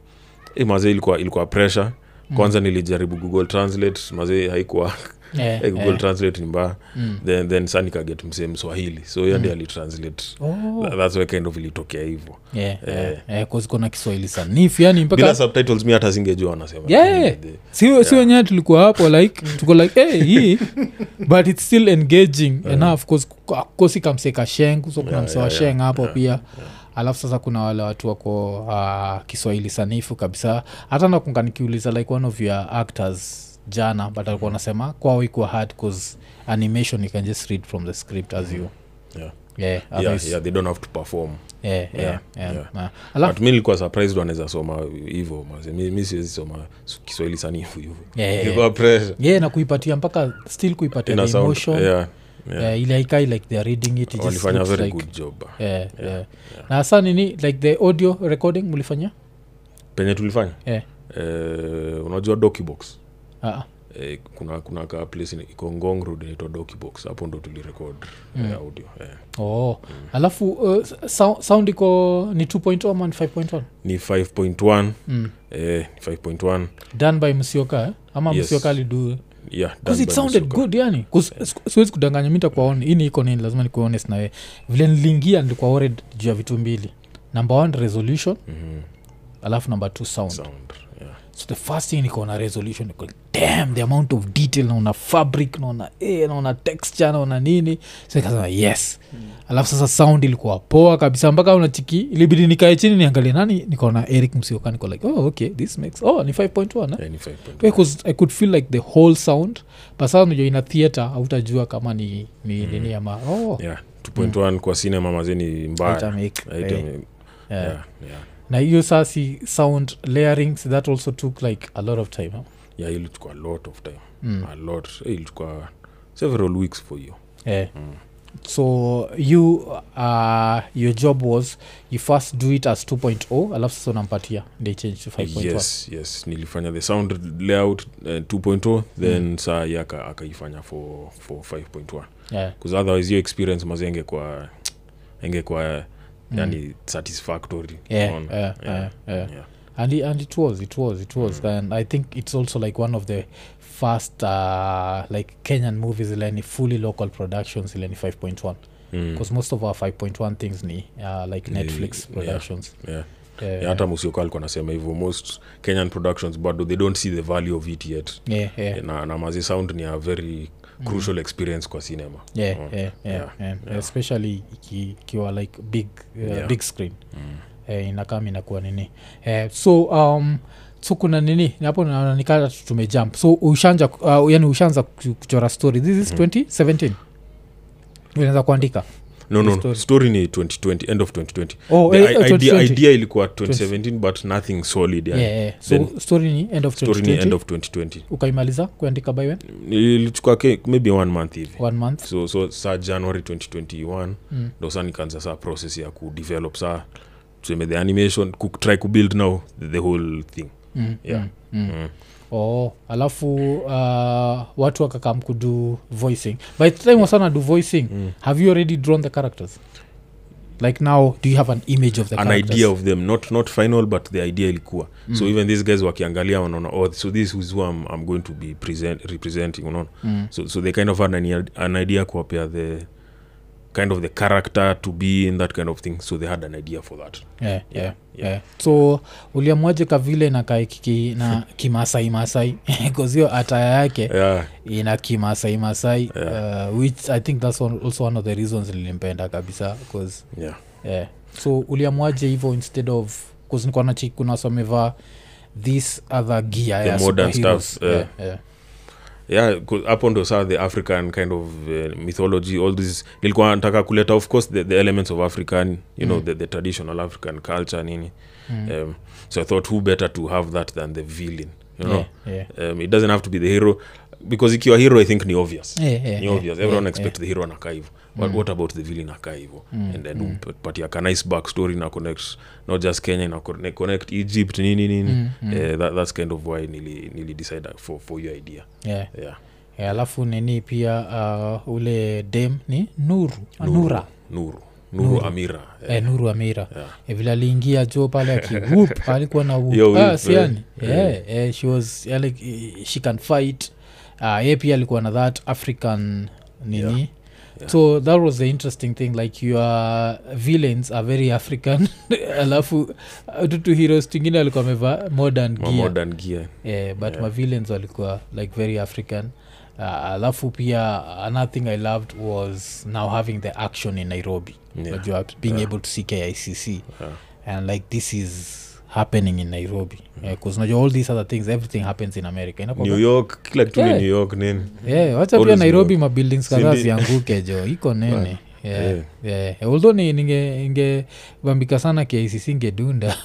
Speaker 3: eh, mazee ilikuwa ilikuwa pressure kwanza nilijaribu google translate mazee haikuwa
Speaker 1: Eh,
Speaker 3: eh, google
Speaker 1: eh.
Speaker 3: translate ni mbaya
Speaker 1: Mm.
Speaker 3: then, then sa nikaget msee mswahili so hiyo ndi alitranslate
Speaker 1: Oh,
Speaker 3: Tha- that's why kind of ilitokea hivyo
Speaker 1: yeah, yeah,
Speaker 3: eh.
Speaker 1: yeah, 'cause kuna kiswahili sanifu yani
Speaker 3: bila
Speaker 1: mpaka
Speaker 3: subtitles mi hata singejua wanasema
Speaker 1: Yeah.
Speaker 3: nini the-
Speaker 1: si si wenyewe tulikuwa hapo like
Speaker 3: Mm.
Speaker 1: tuko like hey, hii but its still engaging enough 'cause ku- akosi kamseka sheng so kuna
Speaker 3: Yeah,
Speaker 1: msewa
Speaker 3: yeah, yeah.
Speaker 1: sheng hapo pia alafu sasa kuna wale watu wako uh, kiswahili sanifu kabisa hata nakunga nikiuliza like one of your actors jana but alikuwa anasema kwao ikuwa hard cause animation you can just read from the script as you
Speaker 3: Mm-hmm. Yeah.
Speaker 1: yeah,
Speaker 3: yeah,
Speaker 1: others-
Speaker 3: yeah, they don't have to perform
Speaker 1: yeah, yeah, yeah.
Speaker 3: yeah.
Speaker 1: Na-
Speaker 3: but
Speaker 1: alafu
Speaker 3: mi nilikuwa surprised wanaweza soma hivyo maze mi, mi siwezi soma su- kiswahili sanifu hivyo
Speaker 1: yeah, yeah, yeah.
Speaker 3: Ilikuwa pressure
Speaker 1: yeah na kuipatia mpaka still kuipatia
Speaker 3: ina
Speaker 1: the
Speaker 3: sound
Speaker 1: emotion
Speaker 3: yeah, yeah.
Speaker 1: Eh, ile haikai like theyare reading it, it just
Speaker 3: walifanya
Speaker 1: looks
Speaker 3: very
Speaker 1: like-
Speaker 3: good job
Speaker 1: Eh, eh.
Speaker 3: Yeah,
Speaker 1: na hasa nini like the audio recording mlifanya
Speaker 3: penye tulifanya
Speaker 1: Eh.
Speaker 3: Eh, unajua docubox
Speaker 1: Ah,
Speaker 3: Eh, kuna kuna ka place ina- iko ngong road inaitwa docubox hapo ndo tulirecord
Speaker 1: Mm.
Speaker 3: eh, audio eh.
Speaker 1: oh. alafu uh, sou- sound iko ni 2.0 ama ni 5.1
Speaker 3: ni 5.1
Speaker 1: mm.
Speaker 3: eh, 5.1
Speaker 1: done by msioka eh? ama
Speaker 3: Yes.
Speaker 1: msioka alidu
Speaker 3: yeah, done
Speaker 1: bcause it
Speaker 3: by
Speaker 1: sounded
Speaker 3: Musoka.
Speaker 1: good yani 'Cause siku- siwezi kudanganya mi takuaon ini iko nini lazima nikuwe honest na wewe vile niliingia nilikuwa worried juu ya vitu mbili number one resolution
Speaker 3: Mhm,
Speaker 1: alafu number two sound
Speaker 3: sound, yeah.
Speaker 1: so the first thing nikaona resolution niko damn the amount of detail naona fabric naona eh, naona texture naona nini so nikasema yes
Speaker 3: Hmm.
Speaker 1: alafu sasa sound ilikuwa poa kabisa mpaka unachiki ilibidi nikae chini niangalie nani nikaona eric msioka niko like oh okay this makes oh ni 5.1 eh?
Speaker 3: Yeah, ni 5.1.
Speaker 1: because i could feel like the whole sound but sasa unajua ina theatre hautajua kama ni ni nini ama oh
Speaker 3: Hmm. Yeah, 2.1 kwa cinema mazeni mbaya
Speaker 1: haitamake,
Speaker 3: Haita-
Speaker 1: eh, eh.
Speaker 3: yeah, yeah.
Speaker 1: na hiyo sasi sound layering so that also took like a lot of time huh?
Speaker 3: Yeah, ilichukua a lot of time
Speaker 1: mm.
Speaker 3: a lot Eh, ilichukua several weeks for you
Speaker 1: yeah. Eh.
Speaker 3: Hmm.
Speaker 1: so you uh, your job was you first do it as 2.0 alafu sasa unampatia they change to 5.1
Speaker 3: yes yes nilifanya the eh,
Speaker 1: Mm.
Speaker 3: sound layout uh, 2.0 then saa ye aka- akaifanya for, for 5.1
Speaker 1: yeah.
Speaker 3: bcause otherwise hiyo experience mazi engekwa engekwa yani satisfactory
Speaker 1: Mm. Yeah,
Speaker 3: unaona?
Speaker 1: yeah, yeah,
Speaker 3: Yeah,
Speaker 1: yeah.
Speaker 3: yeah. Hmm.
Speaker 1: and, i- and it was it was it was and i think it's also like one of the first uh, like kenyan movies ile ni fully local productions ile ni 5.1
Speaker 3: Mm,
Speaker 1: because most of our 5.1 things ni uh, like
Speaker 3: Ni-
Speaker 1: netflix
Speaker 3: yeah.
Speaker 1: productions
Speaker 3: yeah.
Speaker 1: yeah.
Speaker 3: Yeah, hata musioka alikuwa anasema hivyo most kenyan productions bado they don't see the value of it yet
Speaker 1: yeah, yeah.
Speaker 3: Eh, na, na mazi sound ni a very
Speaker 1: Mm.
Speaker 3: crucial experience kwa cinema
Speaker 1: Yeah,
Speaker 3: Mm.
Speaker 1: yeah, yeah,
Speaker 3: Yeah,
Speaker 1: yeah.
Speaker 3: yeah.
Speaker 1: especially iki- ikiwa like big, uh,
Speaker 3: Yeah. Mm.
Speaker 1: big screen eh, inakam inakuwa nini eh, so um, so kuna nini Ni hapo naona nikata tumejump so ushanja uh, yani ushaanza ku- kuchora story this is
Speaker 3: Mm-hmm.
Speaker 1: 2017 unaanza kuandika
Speaker 3: no, no,
Speaker 1: Story.
Speaker 3: no. story ni 2020 end of 2020
Speaker 1: oh,
Speaker 3: the
Speaker 1: eh,
Speaker 3: i-
Speaker 1: eh,
Speaker 3: idea,
Speaker 1: 2020.
Speaker 3: idea ilikuwa 2017 but nothing solid yani.
Speaker 1: yeah, yeah. so
Speaker 3: Then-
Speaker 1: story ni end of
Speaker 3: story ni end
Speaker 1: 2020
Speaker 3: of 2020
Speaker 1: ukaimaliza kuandika by when
Speaker 3: ilichukua ke- maybe one month hivi
Speaker 1: one month
Speaker 3: so, so saa january 2021
Speaker 1: Mm.
Speaker 3: ndo saa nikaanza saa process ya kudevelop saa tuseme the animation ku, try kubuild now the whole thing
Speaker 1: mm,
Speaker 3: Yeah.
Speaker 1: mm, mm.
Speaker 3: Mm.
Speaker 1: oh alafu uh, watu wakakam kudu voicing by the time wasana do voicing
Speaker 3: Mm.
Speaker 1: have you already drawn the characters like now do you have an image of the
Speaker 3: an
Speaker 1: characters?
Speaker 3: idea of them not, not final but the idea ilikuwa mm. so
Speaker 1: Mm.
Speaker 3: even these guys wakiangalia wanaona oh, so this is who I'm, I'm going to be present, representing unaona
Speaker 1: mm.
Speaker 3: so, so they kind of had an, an idea kuwapea the kind of the character to be in that kind of thing so they had an idea for that
Speaker 1: yeah, yeah, yeah.
Speaker 3: Yeah,
Speaker 1: so uliamwaje kavile na kaikiki na kimasai masai kazio ataya yake
Speaker 3: yeah.
Speaker 1: ina kimasai masai uh, which i think that's one, also one of the reasons nilimpenda kabisa cause
Speaker 3: Yeah.
Speaker 1: yeah. so uliamwaje hivo instead of kuzinikuwa na chiki kuna wamevaa this other gear
Speaker 3: The
Speaker 1: ya
Speaker 3: modern
Speaker 1: superheroes.
Speaker 3: stuff, eh.
Speaker 1: Yeah, yeah.
Speaker 3: yeah 'cause hapo ndo saa the african kind of uh, mythology all this nilikuwa nataka kuleta of course the, the elements of african you know
Speaker 1: Mm.
Speaker 3: the, the traditional african culture nini
Speaker 1: Mm.
Speaker 3: um, so i thought who better to have that than the villain you know
Speaker 1: Yeah, yeah.
Speaker 3: um, it doesn't have to be the hero because ikiwa hero i think ni obvious
Speaker 1: Yeah, yeah,
Speaker 3: ni
Speaker 1: yeah,
Speaker 3: obvious everyone
Speaker 1: yeah,
Speaker 3: expect the hero anakaa hivo but what about the villain akaa hivo
Speaker 1: Mm,
Speaker 3: and then
Speaker 1: mm.
Speaker 3: upatia ka nice back story na connect not just kenya ina conne- connect egypt nini nini
Speaker 1: Mm, mm.
Speaker 3: Eh, that, that's kind of why nili, nili decide for, for your idea
Speaker 1: yeah. Yeah.
Speaker 3: yeah
Speaker 1: Yeah, alafu nini pia uh, ule dem ni nuru Ah, nura
Speaker 3: nuru nuru,
Speaker 1: Nuru.
Speaker 3: amira
Speaker 1: Eh, nuru amira
Speaker 3: Yeah.
Speaker 1: Eh, vile aliingia jo pale akiwup alikuwa na whoop.
Speaker 3: Yo, whoop,
Speaker 1: Ah,
Speaker 3: eh.
Speaker 1: siani
Speaker 3: Yeah.
Speaker 1: yeah, eh, she was eh, like, eh, she can fight Ah, ye pia alikuwa na that african nini
Speaker 3: Yeah. Yeah.
Speaker 1: so that was the interesting thing like your villains are very african alafu ah, tutu heroes tingine walikuwa wamevaa modern
Speaker 3: Ma-
Speaker 1: gear
Speaker 3: modern gear
Speaker 1: yeah, but yeah.
Speaker 3: Yeah.
Speaker 1: mavillains walikuwa like very african uh, alafu pia another thing i loved was now having the action in nairobi
Speaker 3: Yeah.
Speaker 1: Unajua, being
Speaker 3: Yeah.
Speaker 1: able to see kicc
Speaker 3: Yeah.
Speaker 1: and like this is happening in nairobi because najua all these other things everything happens in america Inakuwa-
Speaker 3: Mm-hmm. new york kila kitu ni
Speaker 1: Yeah.
Speaker 3: new york nini
Speaker 1: yeah, wacha pia
Speaker 3: Always
Speaker 1: nairobi mabuildings kadhaa
Speaker 3: Sindi.
Speaker 1: zianguke jo iko nene
Speaker 3: Right.
Speaker 1: Yeah,
Speaker 3: Yeah.
Speaker 1: yeah. although ni- ninge- ingevambika sana kicc ngedunda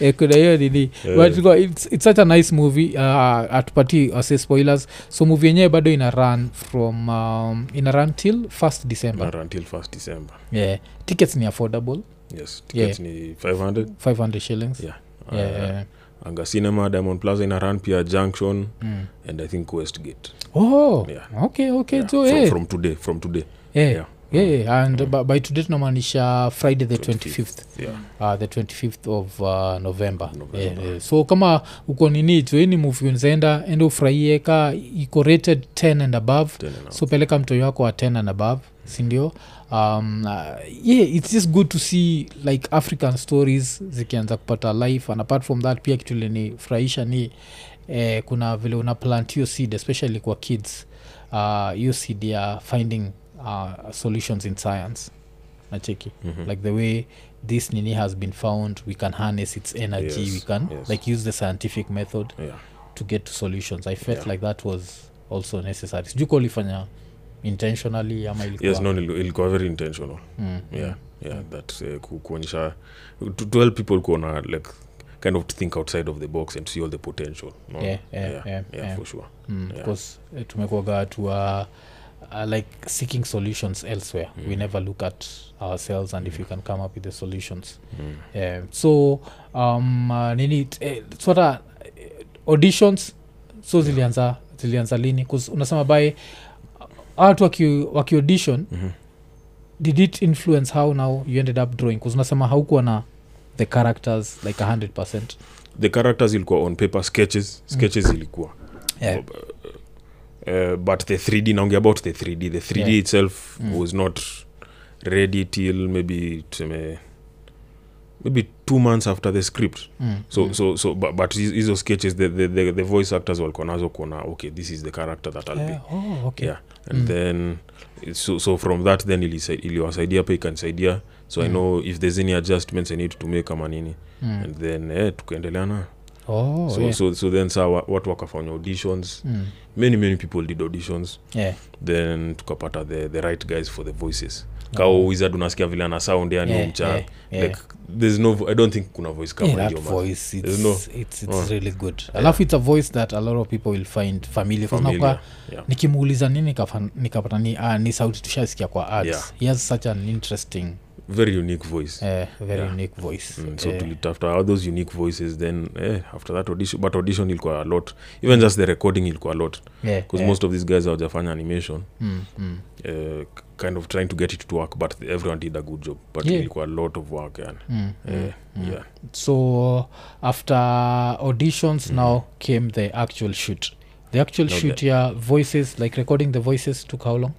Speaker 1: Eh, kuna hiyo nini
Speaker 3: Yeah.
Speaker 1: but iko- it's, it's such a nice movie uh, atupati ase ah, spoilers so movie yenyewe bado ina run from um, ina run till 1st december
Speaker 3: Mara until 1st december
Speaker 1: yeah. tickets ni affordable
Speaker 3: yes tickets ni 500
Speaker 1: 500 shillings
Speaker 3: yeah.
Speaker 1: yeah,
Speaker 3: Uh,
Speaker 1: yeah.
Speaker 3: anga cinema diamond plaza ina run pia junction
Speaker 1: Mm.
Speaker 3: and i think westgate
Speaker 1: oh
Speaker 3: Yeah.
Speaker 1: okay okay
Speaker 3: Yeah.
Speaker 1: jo
Speaker 3: from,
Speaker 1: eh.
Speaker 3: from today from today
Speaker 1: Eh.
Speaker 3: yeah.
Speaker 1: yeah, yeah. and mm. by today tunamaanisha friday the 25th
Speaker 3: yeah
Speaker 1: uh, the 25th of uh, november,
Speaker 3: November.
Speaker 1: Yeah, yeah. so kama uko nini joini movie unazaenda ende ufurahie ka iko rated 10 and above
Speaker 3: Tena na-
Speaker 1: so peleka mtoyo wako wa 10 and above sindio um, uh, yeah it's just good to see like african stories zikianza kupata life and apart from that pia kitu linifurahisha ni eh, kuna vile una plant hiyo seed especially kwa kids uh, hiyo seed ya finding uh, solutions in science nacheki
Speaker 3: Mhm.
Speaker 1: like the way this nini has been found we can harness its energy
Speaker 3: Yes,
Speaker 1: we can
Speaker 3: yes.
Speaker 1: like use the scientific method
Speaker 3: yeah
Speaker 1: to get to solutions i felt yeah.
Speaker 3: Yeah.
Speaker 1: like that was also necessary sijuko ulifanya intentionally ama ilikuwa
Speaker 3: yes no nili- ilikuwa very intentional
Speaker 1: mm.
Speaker 3: yeah yeah that uh, ku- kuonyesha to, to help people kuona like kind of to think outside of the box and see all the potential no?
Speaker 1: Yeah, yeah, yeah, yeah.
Speaker 3: for sure
Speaker 1: mm.
Speaker 3: Yeah.
Speaker 1: because eh, tumekuwaga watu wa uh, like seeking solutions elsewhere mm. we never look at ourselves and if you can come up with the solutions
Speaker 3: Mm.
Speaker 1: yeah. so um, uh, nini t- eh, swata eh, auditions so zilianza zilianza lini 'Cause unasema by watu waki, waki audition mm-hmm. did it influence how now you ended up drawing bcause unasema haukuwa na the characters like 100
Speaker 3: the characters ilikuwa on paper
Speaker 1: Mm.
Speaker 3: sketches sketches ilikuwa
Speaker 1: yeah.
Speaker 3: uh, but the 3d naongea about the 3d the 3d
Speaker 1: Yeah.
Speaker 3: itself
Speaker 1: Mm.
Speaker 3: was not ready till maybe tuseme maybe two months after the script
Speaker 1: mm.
Speaker 3: so,
Speaker 1: mm.
Speaker 3: so, so but, but hizo hizo sketches the, the, the, the voice actors walikuwa nazo kuona okay this is the character that i'll be
Speaker 1: yeah. oh, okay.
Speaker 3: yeah and
Speaker 1: Mm.
Speaker 3: then so, so from that then ilisa- iliwasaidia pa ikanisaidia so i
Speaker 1: Mm.
Speaker 3: know if there's any adjustments i need to make ama nini
Speaker 1: mm.
Speaker 3: and then eh, tukaendelea na
Speaker 1: oh,
Speaker 3: so,
Speaker 1: yeah.
Speaker 3: so, so then saa wa- watu wakafanya auditions
Speaker 1: Mm.
Speaker 3: many many people did auditions
Speaker 1: yeah.
Speaker 3: then tukapata the, the right guys for the voices
Speaker 1: Oh.
Speaker 3: kao wizard unasikia vile ana sound yani yeah,
Speaker 1: Yeah,
Speaker 3: mcha
Speaker 1: yeah, yeah.
Speaker 3: like there's no vo- i don't think kuna voice kama
Speaker 1: Yeah, that
Speaker 3: hiyo, man.
Speaker 1: voice it's,
Speaker 3: There's no-
Speaker 1: it's, it's
Speaker 3: Oh.
Speaker 1: really good alafu it's a voice that a lot of people will find familiar,
Speaker 3: Familiar,
Speaker 1: familiar.
Speaker 3: yeah.
Speaker 1: nikimuuliza nini kafa- nikapata ni, ah, ni sauti tushasikia kwa ads
Speaker 3: Yeah.
Speaker 1: he has such an interesting
Speaker 3: very unique voice
Speaker 1: eh, very
Speaker 3: Yeah.
Speaker 1: unique voice
Speaker 3: Mm, so
Speaker 1: Eh,
Speaker 3: tulitafuta all those unique voices then eh, after that audition but audition ilikuwa a lot even just the recording ilikuwa a lot
Speaker 1: yeah,
Speaker 3: because
Speaker 1: yeah.
Speaker 3: most of these guys hawajafanya animation
Speaker 1: Mm, mm.
Speaker 3: uh, k- kind of trying to get it to work but everyone did a good job but
Speaker 1: Yeah.
Speaker 3: ilikuwa a lot of work yani
Speaker 1: Mm, mm.
Speaker 3: eh, yeah.
Speaker 1: so after auditions
Speaker 3: Mm-hmm.
Speaker 1: now came the actual shoot the actual
Speaker 3: Now
Speaker 1: shoot
Speaker 3: the-
Speaker 1: ya voices like recording the voices took how long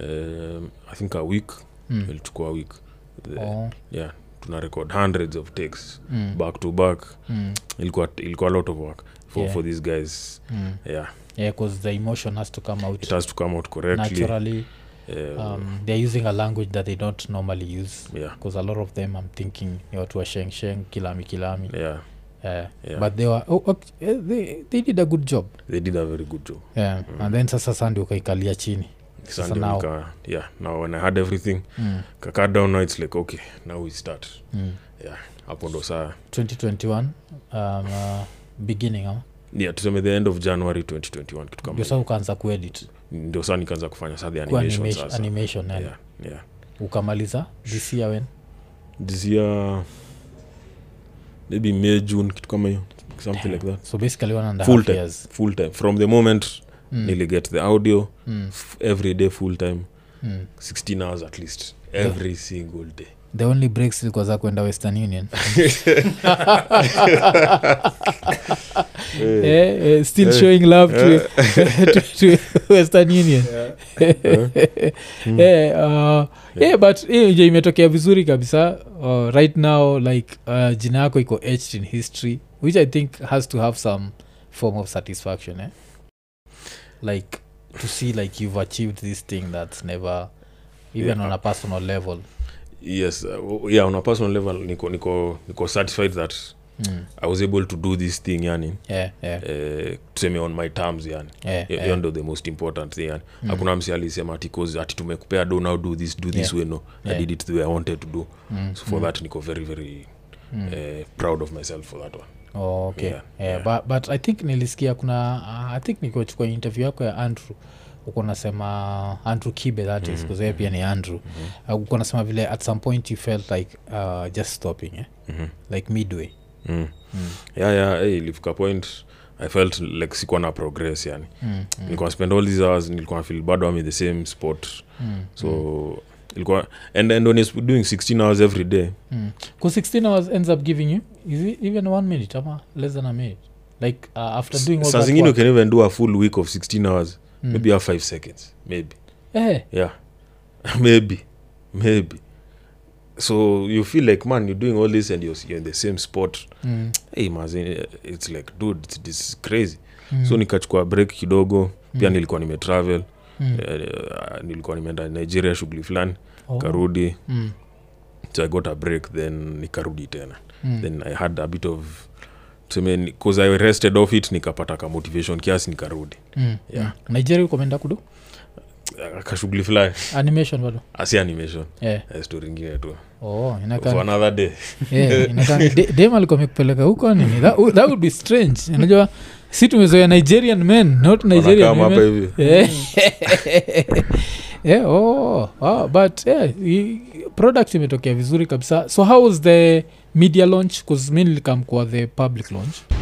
Speaker 3: um, i think a week
Speaker 1: Mm.
Speaker 3: ilichukua a week The-
Speaker 1: Oh,
Speaker 3: yeah tuna record hundreds of takes
Speaker 1: mm,
Speaker 3: back to back
Speaker 1: mm,
Speaker 3: ilikuwa ilikuwa a lot of work for,
Speaker 1: Yeah.
Speaker 3: for these guys
Speaker 1: mm.
Speaker 3: yeah
Speaker 1: yeah because the emotion has to come out
Speaker 3: it has to come out correctly
Speaker 1: naturally
Speaker 3: Eh,
Speaker 1: um, they're using a language that they don't normally use
Speaker 3: yeah
Speaker 1: because a lot of them i'm thinking ni watu wa sheng sheng kilami kilami
Speaker 3: yeah
Speaker 1: yeah.
Speaker 3: yeah
Speaker 1: but they were oh, ok- eh, they, they did a good job
Speaker 3: they did a very good job
Speaker 1: yeah.
Speaker 3: Mm-hmm.
Speaker 1: mm. and then sasa sandi ukaikalia chini
Speaker 3: Sasa
Speaker 1: Sasa
Speaker 3: ndio
Speaker 1: now-
Speaker 3: nika- yeah now when i had everything
Speaker 1: mm.
Speaker 3: kakat down now it's like okay now we start
Speaker 1: Mm.
Speaker 3: hapo ndo saa
Speaker 1: 2021 um, uh, beginning ama?
Speaker 3: yeah tuseme the end of january 2021 kitu kama
Speaker 1: ndio saa ukaanza kuedit
Speaker 3: hiyo. ndio saa nikaanza kufanya saa the
Speaker 1: Kwa
Speaker 3: animation
Speaker 1: animation,
Speaker 3: sasa
Speaker 1: animation yani.
Speaker 3: yeah yeah
Speaker 1: ukamaliza this year when
Speaker 3: this year maybe may june kitu kama hiyo something like that
Speaker 1: so basically one and a
Speaker 3: Full
Speaker 1: half
Speaker 3: time.
Speaker 1: years
Speaker 3: full time from the moment
Speaker 1: Mm,
Speaker 3: nili get the audio
Speaker 1: mm,
Speaker 3: f- every day full time
Speaker 1: mm.
Speaker 3: 16 hours at least every single day
Speaker 1: the only breaks ilikuwa za kwenda western union
Speaker 3: Eh,
Speaker 1: eh, eh, still
Speaker 3: Eh.
Speaker 1: showing love to,
Speaker 3: Eh.
Speaker 1: to, to western union
Speaker 3: Hmm.
Speaker 1: Eh, uh, eh, but hiyo nje imetokea vizuri kabisa uh, right now like uh, jina yako iko etched in history which i think has to have some form of satisfaction eh? like to see like you've achieved this thing that's never even
Speaker 3: Yeah.
Speaker 1: on a personal level
Speaker 3: yes uh, yeah on a personal level niko niko niko satisfied that
Speaker 1: mm.
Speaker 3: i was able to do this thing yani
Speaker 1: yeah, yeah,
Speaker 3: eh, tuseme on my terms yani
Speaker 1: yeah,
Speaker 3: hiyo
Speaker 1: yeah.
Speaker 3: ndo the most important thing yani
Speaker 1: Mm.
Speaker 3: hakuna msi alisema ati 'Cause ati tumekupea do now do this do this
Speaker 1: Yeah.
Speaker 3: way no
Speaker 1: Yeah.
Speaker 3: i did it the way i wanted to do
Speaker 1: Mm,
Speaker 3: so for
Speaker 1: mm,
Speaker 3: that niko very very
Speaker 1: mm.
Speaker 3: eh, proud of myself for that one
Speaker 1: Oh, okay
Speaker 3: Yeah,
Speaker 1: yeah,
Speaker 3: yeah.
Speaker 1: But, but i think nilisikia kuna uh, i think nikochukua interview yako ya andrew uko nasema uh, andrew kibe that is mm-hmm. pia ni andrew mm-hmm. uh, uko nasema vile at some point you felt like uh, just stopping eh?
Speaker 3: Mhm.
Speaker 1: like midway
Speaker 3: mm.
Speaker 1: Mm.
Speaker 3: yeah, yeah, hey, ilifika point i felt like sikuwa na progress yani
Speaker 1: mm, mm,
Speaker 3: nilikuwa spend all these hours nilikuwa feel bado ami the same spot
Speaker 1: mm,
Speaker 3: so ilikuwa and, and when you're doing 16 hours every day
Speaker 1: mm. 'Cause 16 hours ends up giving you is it even one minute ama less than a minute like uh, after doing all
Speaker 3: saa
Speaker 1: that
Speaker 3: zingine you
Speaker 1: work,
Speaker 3: can even do a full week of 16 hours
Speaker 1: mm.
Speaker 3: maybe have 5 seconds maybe
Speaker 1: eh,
Speaker 3: yeah maybe maybe so you feel like man you're doing all this and you're, you're in the same spot
Speaker 1: mm,
Speaker 3: hey mazin it's like dude it's, this is crazy
Speaker 1: mm,
Speaker 3: so nikachukua break kidogo pia
Speaker 1: Mm.
Speaker 3: nilikuwa nimetravel
Speaker 1: mm.
Speaker 3: uh, nilikuwa nimeenda nigeria shughuli fulani
Speaker 1: Oh,
Speaker 3: karudi
Speaker 1: mm,
Speaker 3: so i got a break then nikarudi tena
Speaker 1: mm,
Speaker 3: then i had a bit of tuseme ni- 'cause i rested off it nikapata ka motivation kiasi nikarudi
Speaker 1: mm,
Speaker 3: yeah.
Speaker 1: mm. nigeria ukomeenda kudo
Speaker 3: Ah, kashughuli fulani
Speaker 1: animation bado
Speaker 3: asi animation
Speaker 1: yeah.
Speaker 3: Eh, story ingine tu
Speaker 1: oh, inakaa
Speaker 3: for another day
Speaker 1: Yeah, inakaa- de- dem alikuwa amekupeleka huko nini that, would- that would be strange unajua si tumezoea nigerian men not nigerian
Speaker 3: Wanakaa hapa
Speaker 1: women.
Speaker 3: hivi
Speaker 1: Yeah. Yeah, oh, oh, but yeah, i- product imetokea vizuri kabisa so how was the media launch bcause mi nilikam kwa the public launch